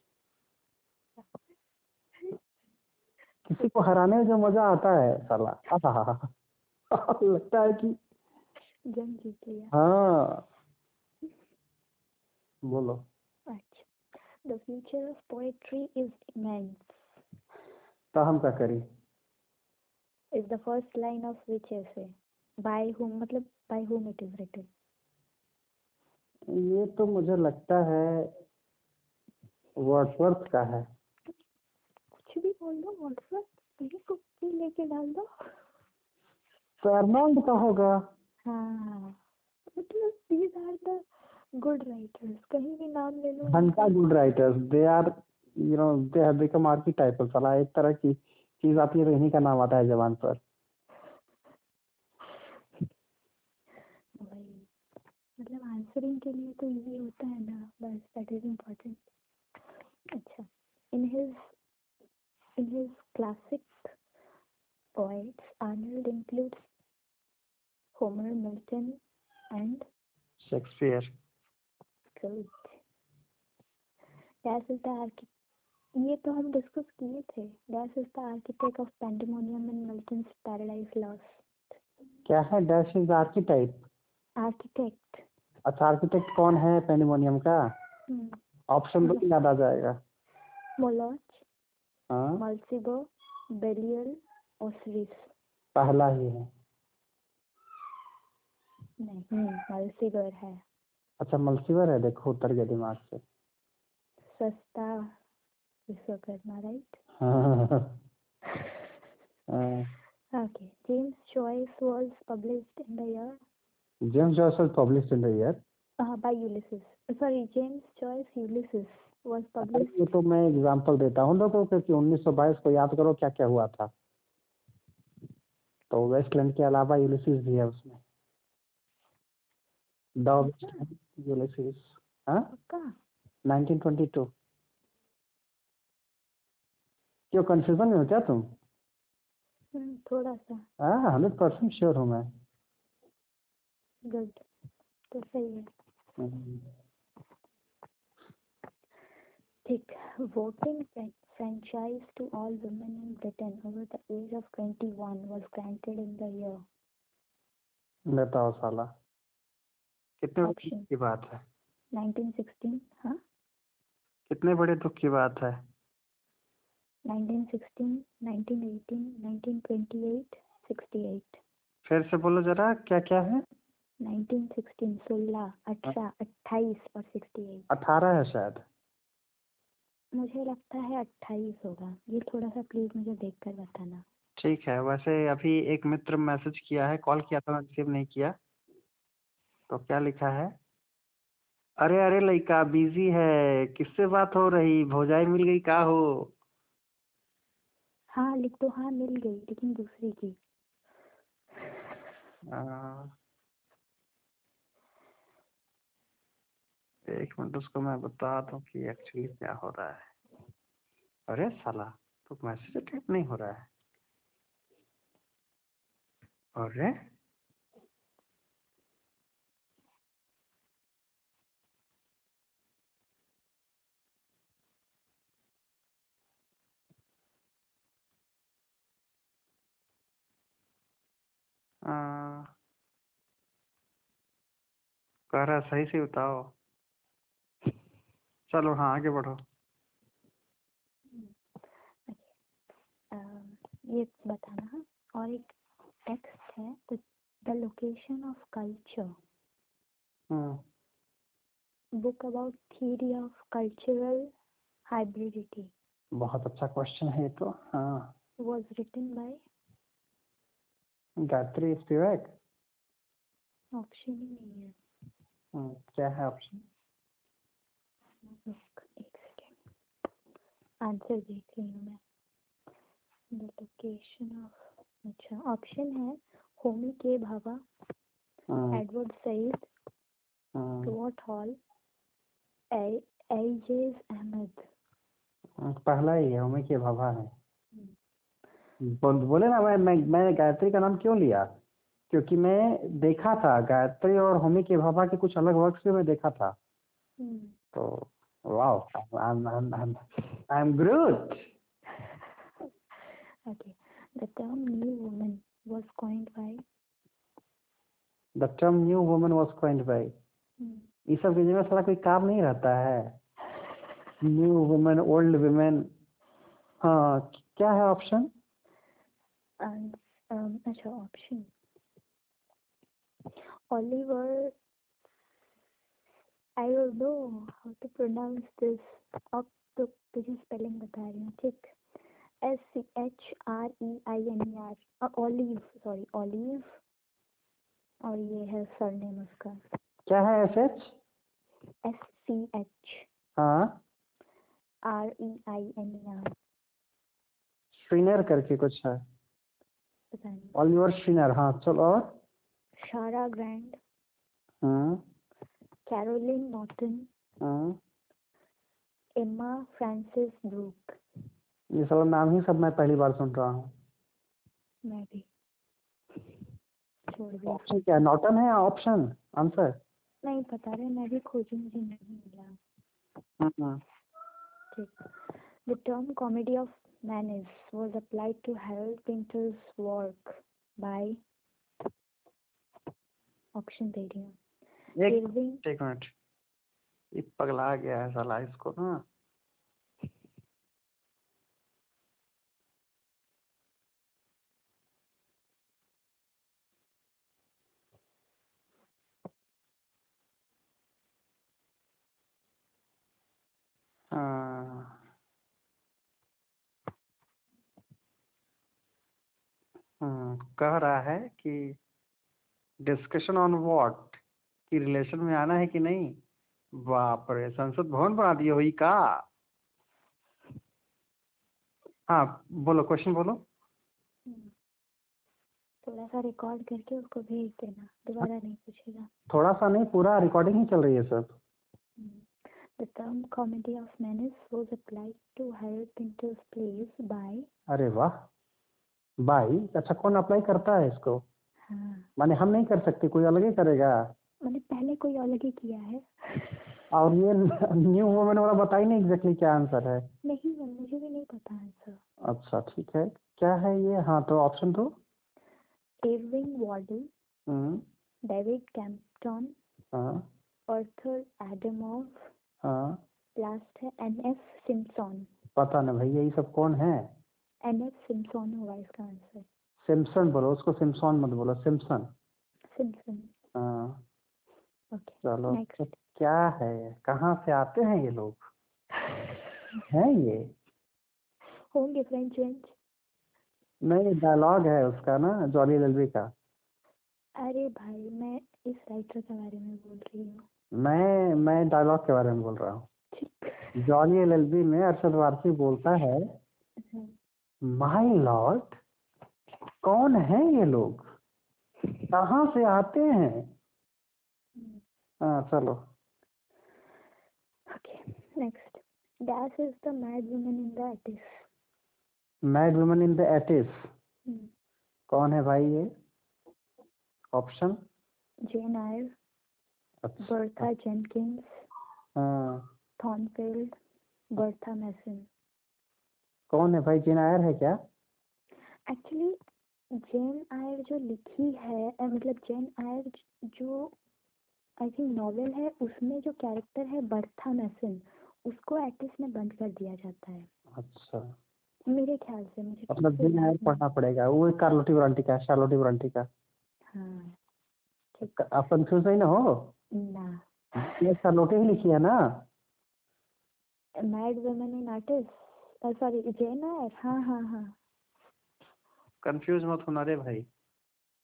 Speaker 1: किसी को हराने में जो मजा आता है साला आहा लगता है कि
Speaker 2: जंग जीत लिया
Speaker 1: हाँ बोलो
Speaker 2: अच्छा the future of poetry is immense
Speaker 1: तो हम क्या करें
Speaker 2: is the first line of which essay? By whom मतलब by whom it is written
Speaker 1: ये तो मुझे लगता है वर्ड्सवर्थ का है
Speaker 2: कुछ भी बोल दो व्हाट्सएप प्लीज उसकी लेके डाल दो
Speaker 1: फर्नांड तो का होगा
Speaker 2: हाँ मतलब these are the good writers कहीं भी नाम ले लो
Speaker 1: घंटा good writers they are you know they have become archetypal साला एक तरह की चीज आती है तो इन्हीं का नाम आता है जबान पर
Speaker 2: वही मतलब आंसरिंग के लिए तो इजी होता है ना बस दैट इज इम्पोर्टेंट अच्छा in his in his classic poets arnold includes homer milton and
Speaker 1: Shakespeare
Speaker 2: great dash is the architect ये तो हम डिस्कस किए थे dash is the architect of pandemonium and milton's paradise lost
Speaker 1: क्या है डैश इज आर्किटाइप
Speaker 2: architect
Speaker 1: अच्छा आर्किटेक्ट कौन है पेनिमोनियम का
Speaker 2: hmm.
Speaker 1: ऑप्शन दो याद आ जाएगा
Speaker 2: moloch
Speaker 1: हाँ
Speaker 2: मल्सिबो बेलियल ओसरिस
Speaker 1: पहला ही है
Speaker 2: नहीं मल्सिबर है
Speaker 1: अच्छा मल्सीवर है देखो उतर गया दिमाग से
Speaker 2: सस्ता विश्वकर्मा राइट
Speaker 1: हाँ।
Speaker 2: Okay James Joyce was published in the year
Speaker 1: James Joyce was published in the year
Speaker 2: by Ulysses sorry James Joyce Ulysses was
Speaker 1: ये
Speaker 2: पब्लिश्ड
Speaker 1: तो मैं एग्जांपल देता हूँ लोगों को कि 1922 को याद करो क्या क्या हुआ था तो वेस्टलैंड के अलावा यूलिसिस भी है उसमें द यूलिसिस हाँ
Speaker 2: पक्का
Speaker 1: 1922 क्यों कंफ्यूजन में हो क्या तुम
Speaker 2: हम्म, थोड़ा सा
Speaker 1: हाँ हंड्रेड परसेंट श्योर हूँ मैं
Speaker 2: गुड तो सही है
Speaker 1: हम्म।
Speaker 2: ठीक voting franchise to all women in britain over the age of 21 was granted in the year
Speaker 1: बताओ साला कितने बड़े
Speaker 2: Option.
Speaker 1: दुख की बात है
Speaker 2: 1916 हाँ
Speaker 1: कितने बड़े दुख की बात है
Speaker 2: 1916, 1918, 1928, 68,
Speaker 1: फिर से बोलो जरा क्या क्या है
Speaker 2: 1916, 16, 18, 28 और 68
Speaker 1: अठारह है शायद
Speaker 2: मुझे लगता है 28 होगा ये थोड़ा सा प्लीज मुझे देखकर बताना
Speaker 1: ठीक है वैसे अभी एक मित्र मैसेज किया है कॉल किया था रिसीव नहीं किया तो क्या लिखा है अरे अरे लड़का बिजी है किससे बात हो रही भौजाई मिल गई का हो
Speaker 2: हाँ लिख दो हाँ मिल गई लेकिन दूसरी की
Speaker 1: आ, एक मिनट उसको मैं बता दूं कि एक्चुअली क्या हो रहा है अरे साला तो मैसेज अटेंड नहीं हो रहा है अरे आ, कह रहा सही से बताओ चलो हाँ आगे बढ़ो
Speaker 2: अम, ये बताना हाँ और एक टेक्स्ट है the location of culture
Speaker 1: hmm
Speaker 2: book about theory of cultural hybridity
Speaker 1: बहुत अच्छा क्वेश्चन है ये तो हाँ
Speaker 2: was written by
Speaker 1: Gayatri Spivak
Speaker 2: option ही नहीं है
Speaker 1: हम्म, क्या है ऑप्शन
Speaker 2: रुक एक सेकेंड आंसर देख रही हूँ मैं द लोकेशन ऑफ अच्छा ऑप्शन है होमी के भाभा
Speaker 1: हम्म,
Speaker 2: एडवर्ड सईद
Speaker 1: हम्म,
Speaker 2: टोट हॉल एजेज अहमद
Speaker 1: हम्म, पहला ही है उमे के भाभा है
Speaker 2: हम्म।
Speaker 1: बोल, बोले ना मैं मैं मैं गायत्री का नाम क्यों लिया क्योंकि मैं देखा था गायत्री और होमी के भाभा के कुछ अलग वर्क्स भी मैं देखा था
Speaker 2: हम्म,
Speaker 1: तो वाह I am Groot
Speaker 2: okay the term new woman was coined by
Speaker 1: the term new woman was coined by
Speaker 2: hmm,
Speaker 1: ये सब चीजें में साला कोई काम नहीं रहता है न्यू वुमेन ओल्ड वुमेन हाँ क्या है ऑप्शन
Speaker 2: and um, अच्छा option Oliver. I don't know how to pronounce this. अब तो तुझे स्पेलिंग बता रही हूँ ठीक S C H R E I N E R Olive sorry Olive और ये है सरनेम उसका
Speaker 1: क्या है S H
Speaker 2: S C H
Speaker 1: हाँ
Speaker 2: R E I N E R
Speaker 1: Schreiner करके कुछ है
Speaker 2: पता नहीं
Speaker 1: ऑलिवर श्रीनर हाँ चलो और
Speaker 2: शारा ग्रैंड
Speaker 1: हाँ
Speaker 2: कैरोलिन नॉर्टन
Speaker 1: हाँ
Speaker 2: एम्मा फ्रांसिस ब्रूक
Speaker 1: ये साला नाम ही सब मैं पहली बार सुन रहा हूँ
Speaker 2: मैं भी छोड़ दिया
Speaker 1: ऑप्शन क्या है नॉटन है या ऑप्शन आंसर
Speaker 2: नहीं पता रहे मैं भी खोजूंगी नहीं मिला
Speaker 1: हाँ,
Speaker 2: The term comedy of manners was applied to Harold Pinter's work by option दे रही हूँ
Speaker 1: एक
Speaker 2: Irving
Speaker 1: एक मिनट ये पगला गया है साला इसको ना हाँ हाँ, कह रहा है कि डिस्कशन ऑन व्हाट कि रिलेशन में आना है कि नहीं बाप रे संसद भवन बना दिए हुई का हाँ बोलो क्वेश्चन बोलो
Speaker 2: हम्म, थोड़ा सा रिकॉर्ड करके उसको भेज देना दोबारा नहीं पूछेगा
Speaker 1: थोड़ा सा नहीं पूरा रिकॉर्डिंग ही चल रही है सब
Speaker 2: हम्म, The term comedy of manners was applied to Harold Pinter's plays by
Speaker 1: अरे वाह भाई अच्छा कौन अप्लाई करता है इसको
Speaker 2: हाँ
Speaker 1: माने हम नहीं कर सकते कोई अलग ही करेगा
Speaker 2: मैंने पहले कोई अलग ही किया है
Speaker 1: और ये न्यू वुमेन वाला बता ही नहीं एग्जैक्टली क्या आंसर है
Speaker 2: नहीं है मुझे भी नहीं पता आंसर
Speaker 1: अच्छा ठीक है क्या है ये हाँ तो ऑप्शन दो
Speaker 2: Irving Wardle,
Speaker 1: हम्म,
Speaker 2: David Campton,
Speaker 1: हाँ
Speaker 2: Arthur Adamov,
Speaker 1: हाँ
Speaker 2: लास्ट है एन एफ सिम्पसन
Speaker 1: पता नहीं भाई यही सब कौन है
Speaker 2: एन एफ सिम्पसन होगा इसका आंसर
Speaker 1: सिम्पसन बोलो उसको सिम्पसन मत बोलो सिम्पसन
Speaker 2: सिम्पसन
Speaker 1: हाँ
Speaker 2: ओके
Speaker 1: चलो
Speaker 2: नेक्स्ट
Speaker 1: तो क्या है कहाँ से आते हैं ये लोग हैं ये
Speaker 2: होंगे फ्रेंच वेंच
Speaker 1: नहीं डायलॉग है उसका ना जॉली लल्बी का
Speaker 2: अरे भाई मैं इस राइटर के बारे में बोल रही हूँ
Speaker 1: मैं मैं डायलॉग के बारे में बोल रहा हूँ
Speaker 2: ठीक
Speaker 1: जॉली लल्बी में अरशद वारसी बोलता है
Speaker 2: हाँ,
Speaker 1: माय लॉर्ड कौन है ये लोग कहाँ से आते हैं
Speaker 2: हम्म,
Speaker 1: हाँ चलो
Speaker 2: okay next dash is the mad woman in the attic
Speaker 1: mad woman in the attic
Speaker 2: Hmm.
Speaker 1: कौन है भाई ये ऑप्शन
Speaker 2: जेन आयर
Speaker 1: अच्छा
Speaker 2: बर्था जेनकिंस
Speaker 1: हाँ
Speaker 2: थॉर्नफील्ड बर्था मैसन
Speaker 1: कौन है भाई जिन आयर है क्या
Speaker 2: एक्चुअली जेन आयर जो लिखी है अ, मतलब जेन आयर ज- जो आई थिंक नॉवेल है उसमें जो कैरेक्टर है बर्था मैसन उसको एटिस में बंद कर दिया जाता है
Speaker 1: अच्छा
Speaker 2: मेरे ख्याल से मुझे ठीक
Speaker 1: मतलब
Speaker 2: से
Speaker 1: जिन आयर
Speaker 2: याद नहीं
Speaker 1: पढ़ना पड़ेगा वो कार्लोटी ब्रांटी का शार्लोटी ब्रांटी का
Speaker 2: हाँ
Speaker 1: क- आप कंफ्यूज नहीं ना हो
Speaker 2: ना
Speaker 1: ये शार्लोटी ही लिखी है ना
Speaker 2: mad woman in artist sorry Jane Eyre हाँ हाँ हाँ
Speaker 1: कंफ्यूज मत होना रे भाई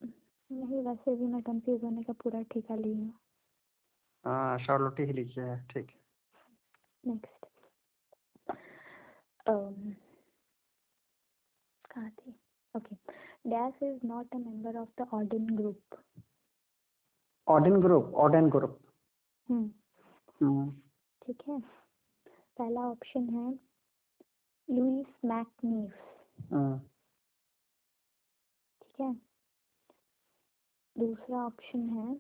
Speaker 2: नहीं वैसे भी मैं कंफ्यूज होने का पूरा ठेका ली हूँ
Speaker 1: हाँ शार्लोटी ही लिखी है ठीक
Speaker 2: नेक्स्ट um कहाँ थी okay dash is not a member of the Auden group
Speaker 1: Auden group Auden group
Speaker 2: Hmm.
Speaker 1: हाँ,
Speaker 2: ठीक है पहला ऑप्शन है लुईस मैकनीव
Speaker 1: हाँ,
Speaker 2: ठीक है दूसरा ऑप्शन है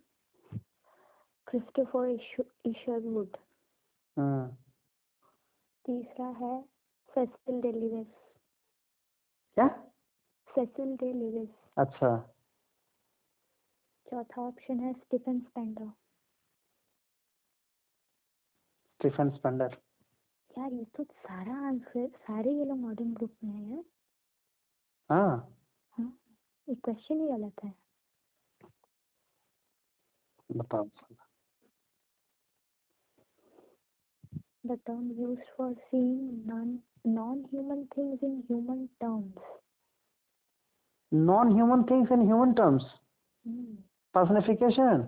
Speaker 2: क्रिस्टोफर ईशरवुड
Speaker 1: हाँ।
Speaker 2: तीसरा है सेसिल डे लिविस
Speaker 1: क्या
Speaker 2: सेसिल डे लिविस
Speaker 1: अच्छा
Speaker 2: चौथा ऑप्शन है स्टीफन स्पेंडर
Speaker 1: स्टीफन स्पेंडर
Speaker 2: यार ये तो सारा आंसर सारे ये लोग मॉडर्न ग्रुप में है यार
Speaker 1: हाँ
Speaker 2: ये क्वेश्चन ही गलत है
Speaker 1: बताओ
Speaker 2: The term used for seeing non non-human things in human terms.
Speaker 1: Non human things in human terms
Speaker 2: Hmm.
Speaker 1: Personification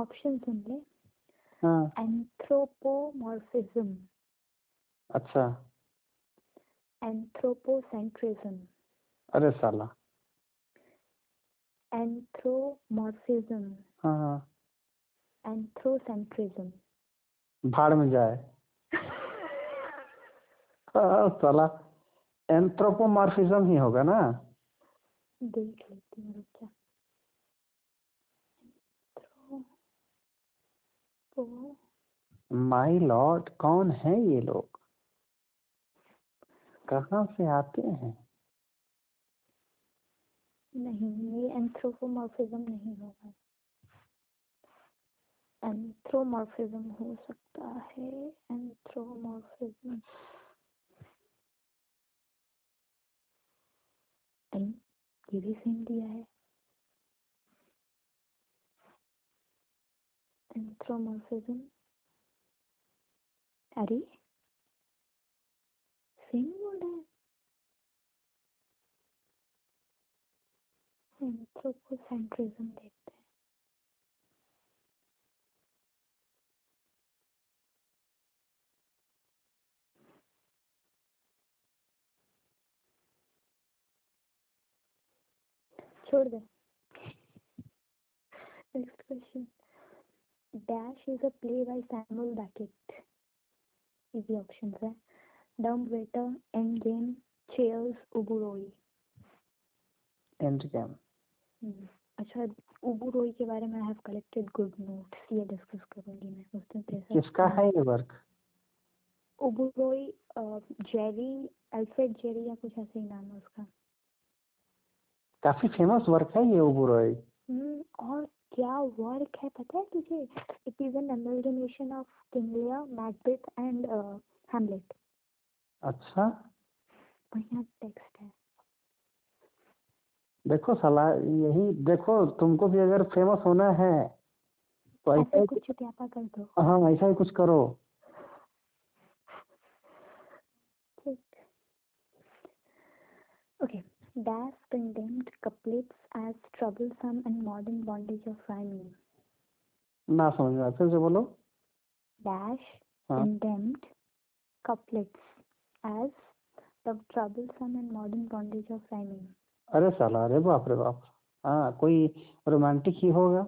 Speaker 2: Options only.
Speaker 1: हाँ
Speaker 2: Anthropomorphism,
Speaker 1: अच्छा
Speaker 2: anthropocentrism,
Speaker 1: अरे साला
Speaker 2: anthropomorphism,
Speaker 1: हाँ हाँ
Speaker 2: anthrocentrism.
Speaker 1: भाड़ में जाए हाँ, साला एंथ्रोपोमॉर्फिज्म ही होगा ना
Speaker 2: देख लेती हूँ रुक जा Anthropo-
Speaker 1: माय लॉर्ड कौन है ये लोग कहाँ से आते हैं
Speaker 2: नहीं ये एंथ्रोपोमॉर्फिज्म नहीं होगा एंथ्रोमॉर्फिज्म हो सकता है एंथ्रोमॉर्फिज्म नहीं ये भी सेम दिया है एंथ्रोमॉर्फिज्म अरे सेम वर्ड है एंथ्रोपोसेंट्रिज्म तो देखते हैं छोड़ दे next question dash is a play by Samuel Beckett easy options है डम waiter Endgame chairs Ubu Roi
Speaker 1: Endgame
Speaker 2: हम्म, अच्छा उबुरोई के बारे में I have collected good notes ये डिस्कस करूंगी मैं उस दिन तेरे साथ
Speaker 1: किसका है ये work
Speaker 2: Ubu Roi Jarry Alfred Jarry या कुछ ऐसे ही नाम है उसका
Speaker 1: काफी फेमस वर्क है ये उबुरोई
Speaker 2: हम्म, और क्या वर्क है पता है तुझे it is an amalgamation of King Lear Macbeth and Hamlet
Speaker 1: अच्छा
Speaker 2: बढ़िया टेक्स्ट है
Speaker 1: देखो साला यही देखो तुमको भी अगर फेमस होना है तो ऐसा
Speaker 2: ऐसे
Speaker 1: ही-
Speaker 2: कुछ छुट्यापा कर दो
Speaker 1: हाँ ऐसा ही कुछ करो
Speaker 2: ठीक okay dash condemned couplets as troublesome and modern bondage of rhyming
Speaker 1: ना समझ में आया। फिर से बोलो
Speaker 2: डैश
Speaker 1: हाँ।
Speaker 2: condemned couplets as the troublesome and modern bondage of rhyming.
Speaker 1: अरे साला अरे बाप रे बाप हाँ कोई रोमांटिक ही होगा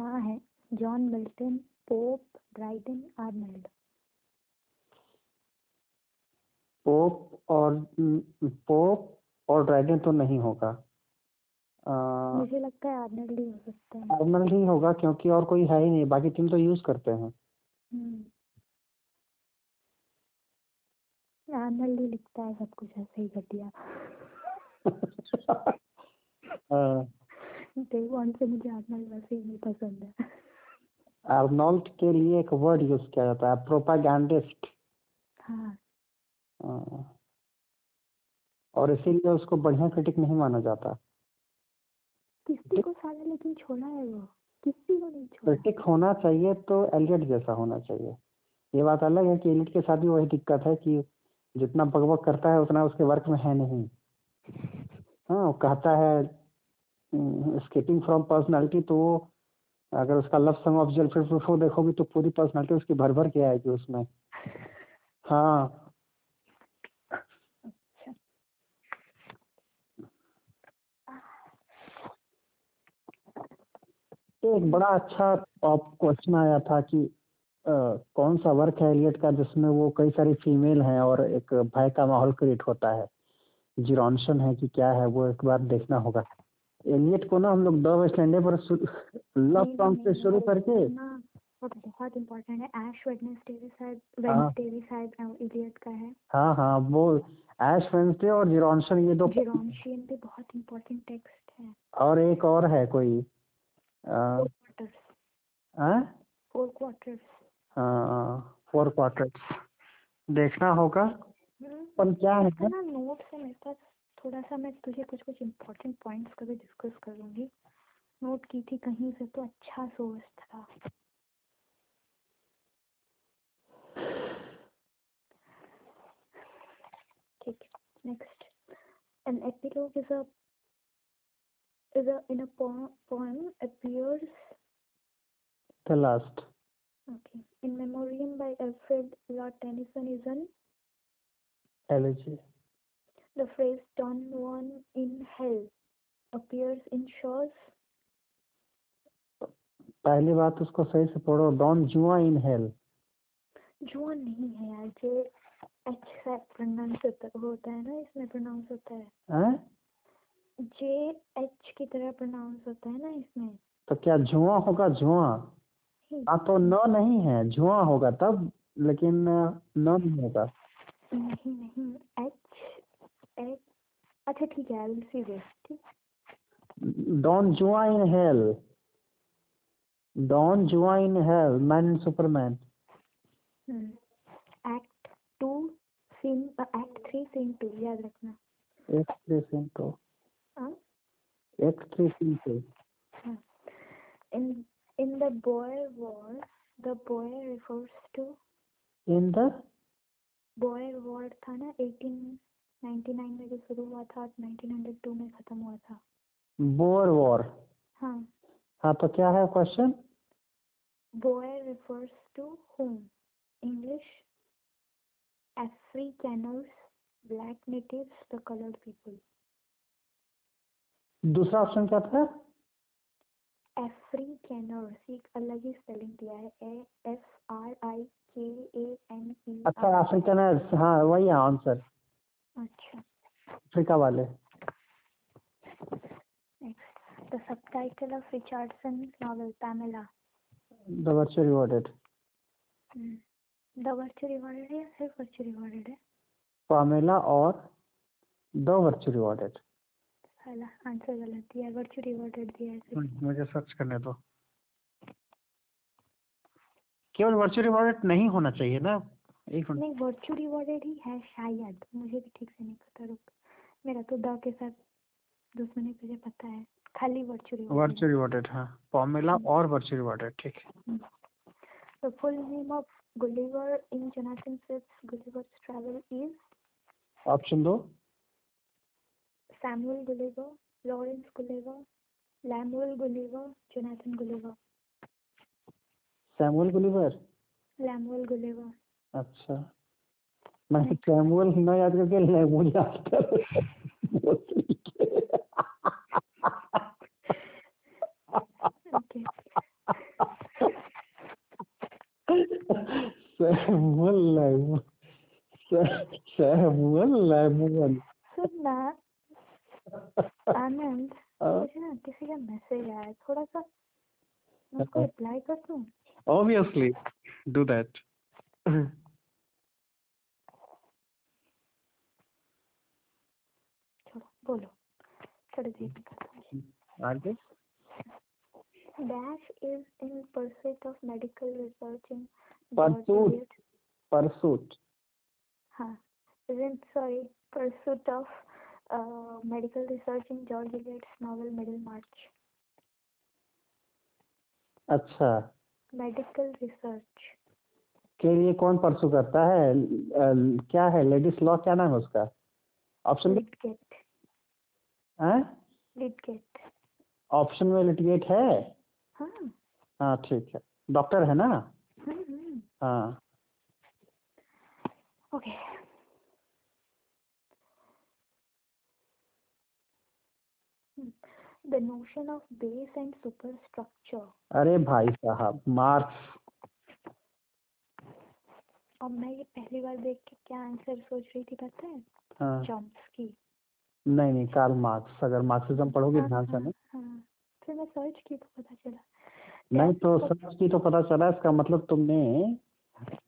Speaker 2: ना है John Milton Pope Dryden Arnold
Speaker 1: Pope और न- पोप और ड्रैगन तो नहीं होगा आ,
Speaker 2: मुझे लगता है आर्नल्ड ही हो सकता है
Speaker 1: आर्नल्ड ही होगा क्योंकि और कोई है ही नहीं बाकी तीन तो यूज करते हैं
Speaker 2: हम्म आर्नल्ड ही लिखता है सब कुछ ऐसे ही घटिया
Speaker 1: आ,
Speaker 2: देवॉन तो से मुझे आर्नल्ड वैसे ही नहीं पसंद है
Speaker 1: आर्नोल्ड के लिए एक वर्ड यूज किया जाता है प्रोपागैंडिस्ट
Speaker 2: हाँ
Speaker 1: और इसीलिए उसको बढ़िया क्रिटिक नहीं माना जाता
Speaker 2: किसी को साला लेकिन छोड़ा है वो किसी को नहीं छोड़ा
Speaker 1: क्रिटिक होना चाहिए तो एलियट जैसा होना चाहिए ये बात अलग है कि एलियट के साथ भी वही दिक्कत है कि जितना बकबक करता है उतना उसके वर्क में है नहीं हाँ वो कहता है "हम्म, स्केपिंग फ्रॉम पर्सनालिटी तो वो अगर उसका लव सम ऑफ जेल फिर प्रूफ देखोगी तो पूरी पर्सनालिटी उसकी भर भर के आएगी उसमें हाँ
Speaker 2: अच्छा।
Speaker 1: एक बड़ा अच्छा क्वेश्चन आया था कि अ, कौन सा वर्क है एलियट का जिसमें वो कई सारी फीमेल हैं और एक भय का माहौल क्रिएट होता है जिरॉनसन है कि क्या है वो एक बार देखना होगा एलियट को ना हम लोग डव स्टैंडे पर लव
Speaker 2: नहीं,
Speaker 1: सॉन्ग से
Speaker 2: नहीं,
Speaker 1: शुरू
Speaker 2: नहीं,
Speaker 1: करके
Speaker 2: ना वो बहुत इम्पोर्टेंट है एश वेडनेसडे भी शायद
Speaker 1: हाँ।
Speaker 2: वेडनेसडे भी शायद इडियट का है
Speaker 1: हाँ हाँ वो एश वेंसडे और जिरॉनसन ये दो
Speaker 2: जेरोनशियन भी बहुत इम्पोर्टेंट टेक्स्ट है
Speaker 1: और एक और है कोई आ,
Speaker 2: फोर क्वार्टर्स
Speaker 1: आ?
Speaker 2: फोर क्वार्टर्स
Speaker 1: फोर क्वार्टर्स देखना होगा पर क्या है
Speaker 2: इसका
Speaker 1: ना
Speaker 2: ना नोट्स है मेरे पास थोड़ा सा मैं तुझे कुछ कुछ इम्पोर्टेंट पॉइंट्स का भी डिस्कस करूँगी नोट की थी कहीं से तो अच्छा सोर्स था ठीक next an epilogue is a is a in a poem, poem appears
Speaker 1: The last.
Speaker 2: okay in memoriam by alfred lord tennyson is an
Speaker 1: Elegy.
Speaker 2: the phrase done one in hell appears in shaw's
Speaker 1: पहली बात उसको सही से पढ़ो डॉन जुआ इन हेल
Speaker 2: जो नहीं है यार जे अच्छा प्रोनाउंस होता होता है ना इसमें प्रोनाउंस होता है जे एच की तरह प्रोनाउंस होता है ना इसमें
Speaker 1: तो क्या जुआ होगा जुआ
Speaker 2: ही,
Speaker 1: हाँ तो न नहीं है जुआ होगा तब लेकिन न नहीं होगा
Speaker 2: नहीं नहीं एच एच अच्छा ठीक है आई विल सी दिस ठीक
Speaker 1: Don Juan in Hell Don Juan in Hell man in Superman
Speaker 2: hmm. Act two scene act three scene two याद रखना
Speaker 1: एक थ्री सिंटो
Speaker 2: हाँ
Speaker 1: act three scene two
Speaker 2: in in the Boer War the Boer refers to
Speaker 1: in the
Speaker 2: Boer War था ना एटीन नाइन्टी नाइन में जो शुरू हुआ था नाइनटीन हंड्रेड टू में ख़त्म हुआ था
Speaker 1: बोर वॉर
Speaker 2: हाँ
Speaker 1: हाँ तो क्या है question
Speaker 2: Boer refers to home English Afrikaners black natives the coloured people
Speaker 1: दूसरा ऑप्शन क्या था
Speaker 2: एफ्रिकनर्स एक अलग ही स्पेलिंग दिया है A F R I K A N E
Speaker 1: अच्छा अफ्रीकनर्स हाँ वही है आंसर
Speaker 2: अच्छा
Speaker 1: अफ्रीका वाले
Speaker 2: the subtitle of Richardson novel Pamela
Speaker 1: the virtual rewarded
Speaker 2: Hmm. The virtue rewarded है या सिर्फ वर्चू रिवॉर्डेड है
Speaker 1: पामेला और द वर्चुअल रिवॉर्डेड
Speaker 2: साला आंसर गलत दिया है वर्चू रिवॉर्डेड दिया है सिर्फ
Speaker 1: मुझे सर्च करने दो केवल वर्चुअल रिवॉर्डेड नहीं होना चाहिए ना एक मिनट
Speaker 2: नहीं वर्चू रिवॉर्डेड ही है शायद मुझे भी ठीक से नहीं पता रुक मेरा तो द के साथ दुश्मनी तुझे पता है खाली वर्चू रिवॉर्डेड
Speaker 1: वर्चुअल रिवॉर्डेड हाँ पामेला और वर्चुअल रिवॉर्डेड ठीक है
Speaker 2: the full name of Gulliver in Jonathan Swift's Gulliver's travel is
Speaker 1: option दो
Speaker 2: Samuel Gulliver Lawrence Gulliver Lemuel Gulliver Jonathan Gulliver
Speaker 1: Samuel Gulliver
Speaker 2: Lemuel Gulliver
Speaker 1: अच्छा मैं सैमुअल न याद करके लेमुअल याद कर
Speaker 2: ओके
Speaker 1: सैमुअल लैमुअल सै- सैमुअल लैमुअल
Speaker 2: सुन ना आनंद
Speaker 1: हाँ,
Speaker 2: मुझे ना किसी का मैसेज आया है, थोड़ा सा मैं उसको
Speaker 1: हाँ।
Speaker 2: रिप्लाई कर दूं
Speaker 1: obviously do that
Speaker 2: चलो बोलो थोड़ी देर
Speaker 1: हम्म।
Speaker 2: में करता हूँ
Speaker 1: आगे
Speaker 2: dash is in pursuit of medical research in
Speaker 1: Pursuit.
Speaker 2: Georgia.
Speaker 1: pursuit
Speaker 2: हाँ is in sorry pursuit of uh, medical research in George Eliot's novel Middlemarch.
Speaker 1: अच्छा
Speaker 2: Medical research.
Speaker 1: के लिए कौन परसू करता है अल- क्या है लेडीज लॉ क्या नाम है उसका ऑप्शन
Speaker 2: Litgate. Litgate.
Speaker 1: ऑप्शन में लिटिगेट है
Speaker 2: हाँ
Speaker 1: हाँ ठीक है डॉक्टर है ना
Speaker 2: हम्म, हम्म
Speaker 1: हाँ
Speaker 2: Okay. Hmm. The notion of base and superstructure
Speaker 1: अरे भाई साहब मार्क्स
Speaker 2: और मैं ये पहली बार देख के क्या आंसर सोच रही थी पता है
Speaker 1: हाँ
Speaker 2: चॉम्स्की
Speaker 1: नहीं नहीं कार्ल मार्क्स अगर मार्क्सिज्म पढ़ोगे
Speaker 2: हाँ
Speaker 1: ध्यान से
Speaker 2: हाँ
Speaker 1: ना
Speaker 2: हाँ फिर मैं सर्च की तो पता चला
Speaker 1: नहीं तो
Speaker 2: तो-
Speaker 1: सर्च की तो पता चला इसका मतलब तुमने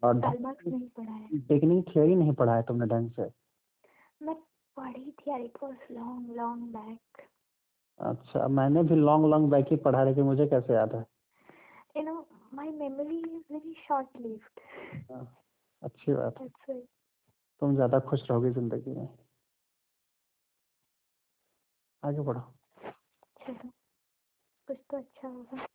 Speaker 1: और
Speaker 2: कार्ल मार्क्स नहीं पढ़ा है
Speaker 1: बिगनिंग थियोरी नहीं पढ़ा है तुमने ढंग से
Speaker 2: मैं पढ़ी थी यार it was long long back
Speaker 1: अच्छा मैंने भी लॉन्ग लॉन्ग बैक ही पढ़ा लेकिन मुझे कैसे याद है
Speaker 2: you know my memory is very short lived
Speaker 1: अच्छी बात है
Speaker 2: दैट्स व्हाई
Speaker 1: तुम ज्यादा खुश रहोगी जिंदगी में आगे बढ़ो
Speaker 2: चलो कुछ तो अच्छा होगा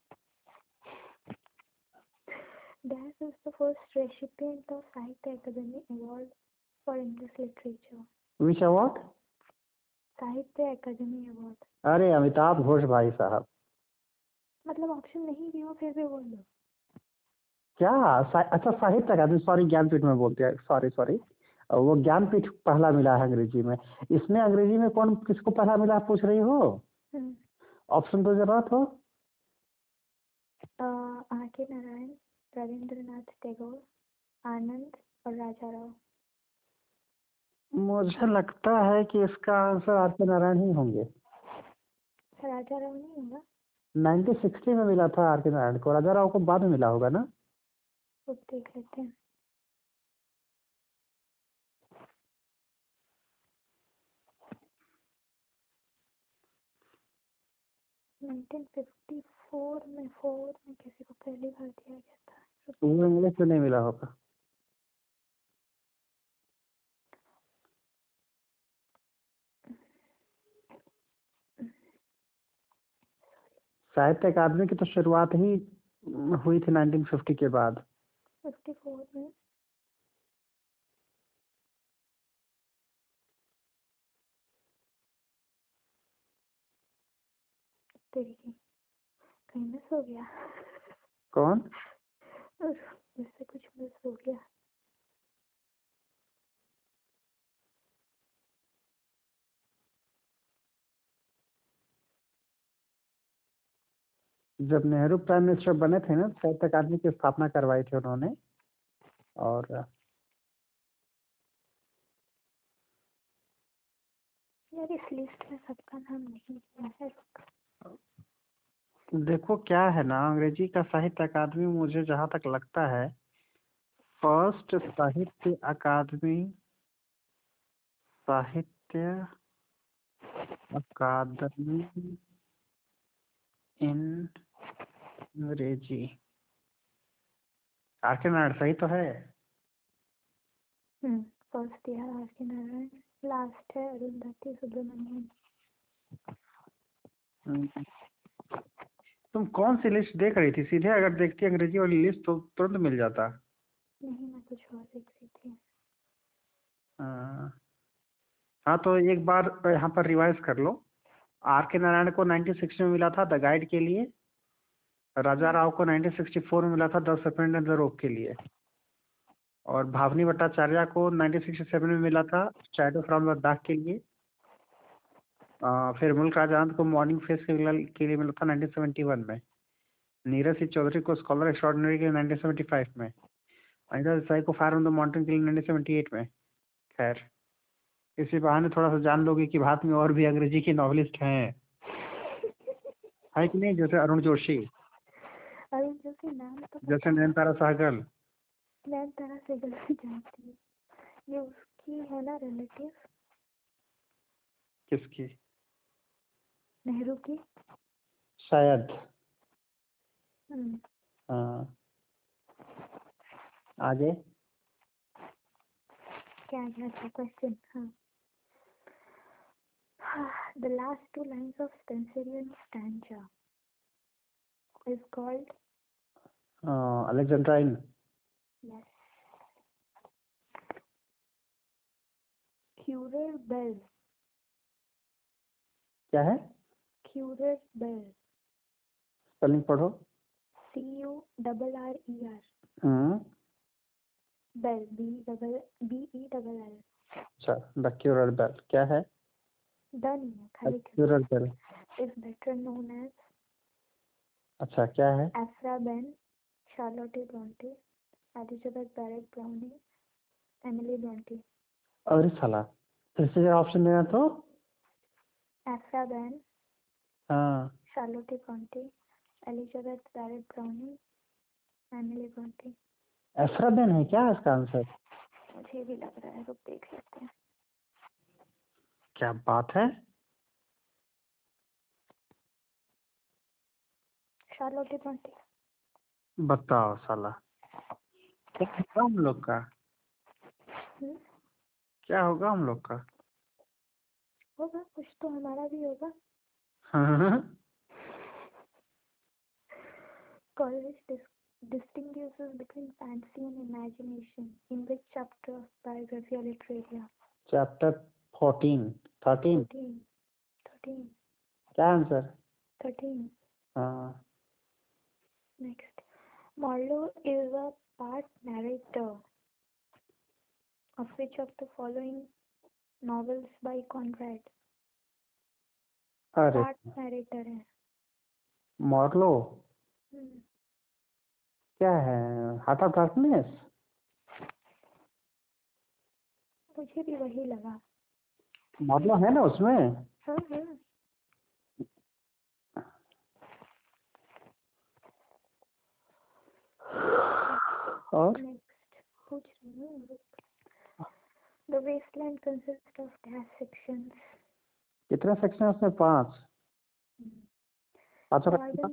Speaker 2: That was the first recipient of Sahitya Academy Award for English Literature.
Speaker 1: Which award
Speaker 2: Sahitya Academy Award.
Speaker 1: अरे अमिताभ घोष भाई साहब
Speaker 2: मतलब ऑप्शन नहीं दिया फिर भी बोल दो
Speaker 1: क्या सा, अच्छा साहित्य अकादमी सॉरी ज्ञानपीठ में बोलते हैं सॉरी सॉरी वो ज्ञानपीठ पहला मिला है अंग्रेजी में इसमें अंग्रेजी में कौन किसको पहला मिला है पूछ रही हो
Speaker 2: हम्म,
Speaker 1: ऑप्शन तो जरूरत हो
Speaker 2: अ, आर के नारायण रविंद्रनाथ टैगोर आनंद और राजा राव
Speaker 1: मुझे लगता है कि इसका आंसर आर के नारायण ही होंगे
Speaker 2: अच्छा, राजा राव नहीं होगा
Speaker 1: 1960 में मिला था आर के नारायण को राजा राव को बाद में मिला होगा ना
Speaker 2: वो देख लेते हैं नाइनटीन फिफ्टी फोर में फोर में किसी को पहली बार दिया गया था
Speaker 1: तो वो इंग्लिश में नहीं मिला होगा साहित्य अकादमी की तो शुरुआत ही उम, हुई थी 1950 के बाद
Speaker 2: फिफ्टी फोर में देखिए कहीं मिस हो गया
Speaker 1: कौन
Speaker 2: और मुझसे कुछ मिस हो गया
Speaker 1: जब नेहरू प्राइम मिनिस्टर बने थे ना साहित्य अकादमी की स्थापना करवाई थी उन्होंने और
Speaker 2: यार इस लिस्ट में सबका नाम नहीं दिया है
Speaker 1: देखो क्या है ना अंग्रेजी का साहित्य अकादमी मुझे जहाँ तक लगता है फर्स्ट साहित्य अकादमी साहित्य अकादमी इन अंग्रेजी आर के नारायण सही तो है
Speaker 2: हम्म फर्स्ट दिया आर के नारायण लास्ट है अरुंधति सुब्रमण्यन
Speaker 1: हम्म। तुम कौन सी लिस्ट देख रही थी सीधे अगर देखती अंग्रेजी वाली लिस्ट तो तुरंत मिल जाता
Speaker 2: नहीं मैं कुछ और देख रही थी
Speaker 1: हाँ हाँ, तो एक बार यहाँ पर रिवाइज कर लो आर के नारायण को 1960 में मिला था द गाइड के लिए राजा राव को 1964 में मिला था the serpent and the rope के लिए और भावनी भट्टाचार्य को 1967 में मिला था शैडो फ्रॉम लद्दाख के लिए अ, फिर मुल्क राज आनंद को मॉर्निंग फेस के लिए के लिए मिला था 1971 में नीरज सिंह चौधरी को स्कॉलर एक्स्ट्रॉर्डनरी के लिए 1975 में अनिता देसाई को फायर ऑन द माउंटेन के लिए 1978 में खैर इसी बहाने थोड़ा सा जान लोगे कि भारत में और भी अंग्रेजी के नॉवेलिस्ट हैं है कि नहीं जैसे अरुण जोशी
Speaker 2: अरुण जोशी नाम तो पता
Speaker 1: जैसे
Speaker 2: है
Speaker 1: नयनतारा सहगल
Speaker 2: मैं तरह से गलती जानती हूँ ये उसकी है ना रिलेटिव
Speaker 1: किसकी
Speaker 2: नेहरू की
Speaker 1: शायद
Speaker 2: हम्म,
Speaker 1: हाँ आगे
Speaker 2: क्या क्या था क्वेश्चन हाँ the last two lines of Spenserian stanza is called
Speaker 1: Alexandrine
Speaker 2: yes Currer Bell
Speaker 1: क्या है
Speaker 2: क्यूरर बेल
Speaker 1: स्पेलिंग पढ़ो
Speaker 2: C U double R E R
Speaker 1: hmm,
Speaker 2: Bell B double B E double L
Speaker 1: अच्छा द क्यूरर बेल क्या है
Speaker 2: डन खाली
Speaker 1: Currer Bell
Speaker 2: is better known as
Speaker 1: अच्छा क्या है
Speaker 2: Aphra Behn Charlotte Bronte Elizabeth Barrett Browning Emily Bronte
Speaker 1: अरे साला फिर से जरा ऑप्शन देना तो
Speaker 2: एफ्रा बेन
Speaker 1: हाँ
Speaker 2: Charlotte Bronte Elizabeth Barrett Browning Emily Bronte
Speaker 1: Aphra Behn है क्या इसका आंसर
Speaker 2: मुझे भी लग रहा है रुक देख लेते हैं
Speaker 1: क्या बात है
Speaker 2: शार्लोटे ब्रॉन्टे
Speaker 1: बताओ साला क्या होगा हम लोग का
Speaker 2: हम्म।
Speaker 1: क्या होगा हम लोग का
Speaker 2: होगा कुछ तो हमारा भी होगा
Speaker 1: हाँ
Speaker 2: Courage dis- distinguishes between fancy and imagination. In which chapter of biography or literature?
Speaker 1: Chapter fourteen thirteen
Speaker 2: 13. 13.
Speaker 1: क्या आंसर
Speaker 2: 13.
Speaker 1: हाँ
Speaker 2: Next. Marlowe is a part narrator. Of which of the following novels by Conrad?
Speaker 1: अरे
Speaker 2: Part narrator है.
Speaker 1: Marlow
Speaker 2: Hmm.
Speaker 1: क्या है हार्ट ऑफ डार्कनेस
Speaker 2: मुझे भी वही लगा.
Speaker 1: मॉर्लो है ना उसमें
Speaker 2: हाँ हाँ.
Speaker 1: और
Speaker 2: Next. पूछ रही हूँ. रुक. The wasteland consists of dash sections.
Speaker 1: कितने सेक्शन है उसमें पांच
Speaker 2: Hmm.
Speaker 1: अच्छा
Speaker 2: Darwin's, हाँ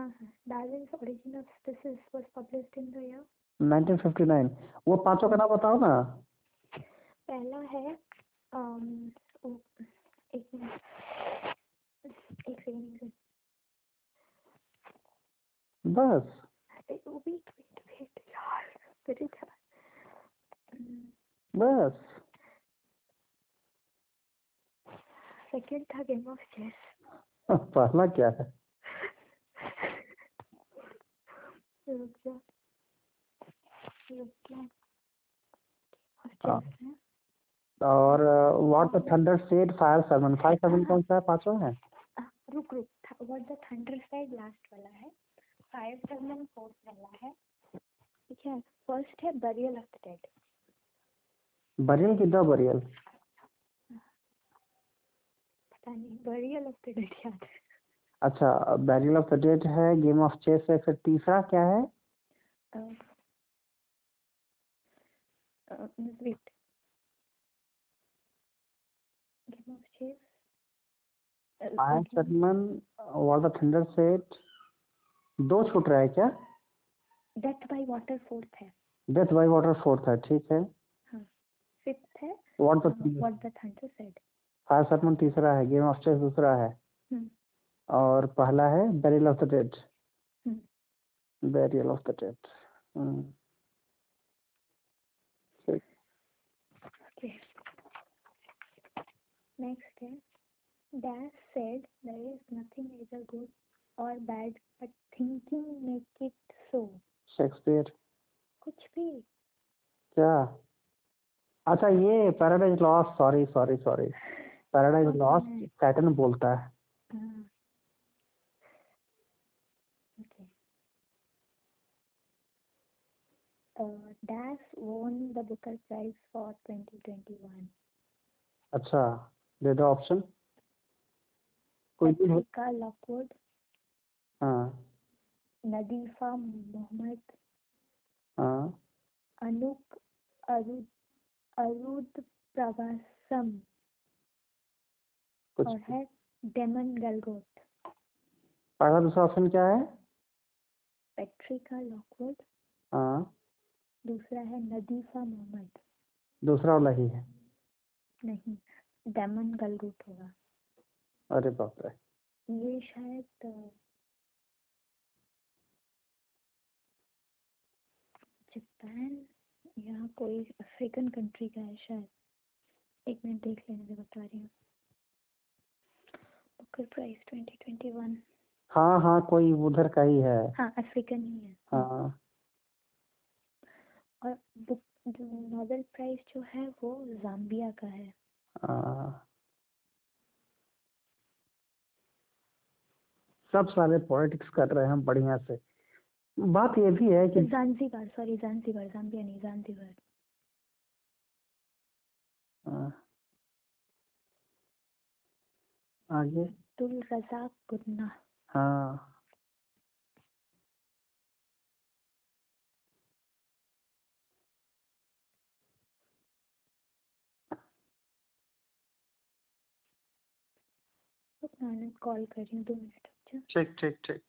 Speaker 2: हाँ, Uh-huh. Darwin's Origin of Species was published in the year.
Speaker 1: 1959 वो पांचों का नाम बताओ ना
Speaker 2: पहला है um, ओ- एक मिनट एक सेकंड एक सेकंड
Speaker 1: बस
Speaker 2: अरे वो वेट वेट वेट यार मेरे ध्यान- हम्म,
Speaker 1: बस
Speaker 2: सेकंड था गेम ऑफ चेस
Speaker 1: पहला क्या है
Speaker 2: रुक जा रुक जा
Speaker 1: हाँ।
Speaker 2: और चेस है
Speaker 1: और uh, what the thunder said fire seven fire seven कौन सा है पांचवा है
Speaker 2: आ, रुक रुक what the thunder said last वाला है फाइव सेवन फोर्थ वाला है ठीक है फर्स्ट है burial of the dead
Speaker 1: burial की द बरियल
Speaker 2: पता नहीं बरियल ऑफ द डेड याद है
Speaker 1: अच्छा बैरियल ऑफ द डेड है गेम ऑफ चेस है फिर तीसरा क्या है
Speaker 2: wait game of
Speaker 1: fire
Speaker 2: chess
Speaker 1: seven what the thunder said दो छूट रहा है क्या
Speaker 2: डेथ बाय वाटर फोर्थ है
Speaker 1: डेथ बाय वाटर फोर्थ है ठीक है
Speaker 2: फिफ्थ है
Speaker 1: what the
Speaker 2: what the thunder said
Speaker 1: fire seven तीसरा है गेम ऑफ चेस दूसरा है
Speaker 2: हम्म।
Speaker 1: और पहला है बैरियल ऑफ द डेड
Speaker 2: हम्म।
Speaker 1: बैरियल ऑफ द डेड हम्म,
Speaker 2: ओके नेक्स्ट है dash said there is nothing is good और bad but thinking make it so
Speaker 1: Shakespeare
Speaker 2: कुछ भी
Speaker 1: क्या अच्छा ये paradise lost sorry sorry sorry paradise
Speaker 2: Okay.
Speaker 1: Lost कैटन बोलता है
Speaker 2: okay dash Uh, won the Booker Prize for 2021.
Speaker 1: अच्छा दे दो ऑप्शन कोई भी हो
Speaker 2: Patrika Lockwood,
Speaker 1: हाँ
Speaker 2: Nadifa Mohammed,
Speaker 1: हाँ
Speaker 2: Anuk Arud Arud Pravasam
Speaker 1: कुछ
Speaker 2: और है डेमन गलगोट
Speaker 1: पहला दूसरा ऑप्शन क्या है
Speaker 2: पेट्रिका लॉकवुड
Speaker 1: हाँ
Speaker 2: दूसरा है नदीफा मोहम्मद
Speaker 1: दूसरा वाला ही है
Speaker 2: नहीं डेमन गलगोट होगा
Speaker 1: अरे बाप रे
Speaker 2: ये शायद अ, जापान या कोई अफ्रीकन कंट्री का है शायद एक मिनट देख लेने से बता रही हूँ बुकर प्राइज 2021
Speaker 1: हाँ हाँ कोई उधर का ही है
Speaker 2: हाँ अफ्रीकन ही है
Speaker 1: हाँ
Speaker 2: और बुक नोबेल प्राइज जो है वो जाम्बिया का है
Speaker 1: हाँ सब सारे पॉलिटिक्स कर रहे हैं बढ़िया से बात ये भी है कि
Speaker 2: जानजीबार सॉरी जानजीबार जाम्बिया नहीं जानजीबार
Speaker 1: हाँ। आगे
Speaker 2: अब्दुल रजाक गुन्ना
Speaker 1: हाँ
Speaker 2: रुक ना कॉल कर रही हूँ दो मिनट रुक जा अच्छा?
Speaker 1: ठीक ठीक ठीक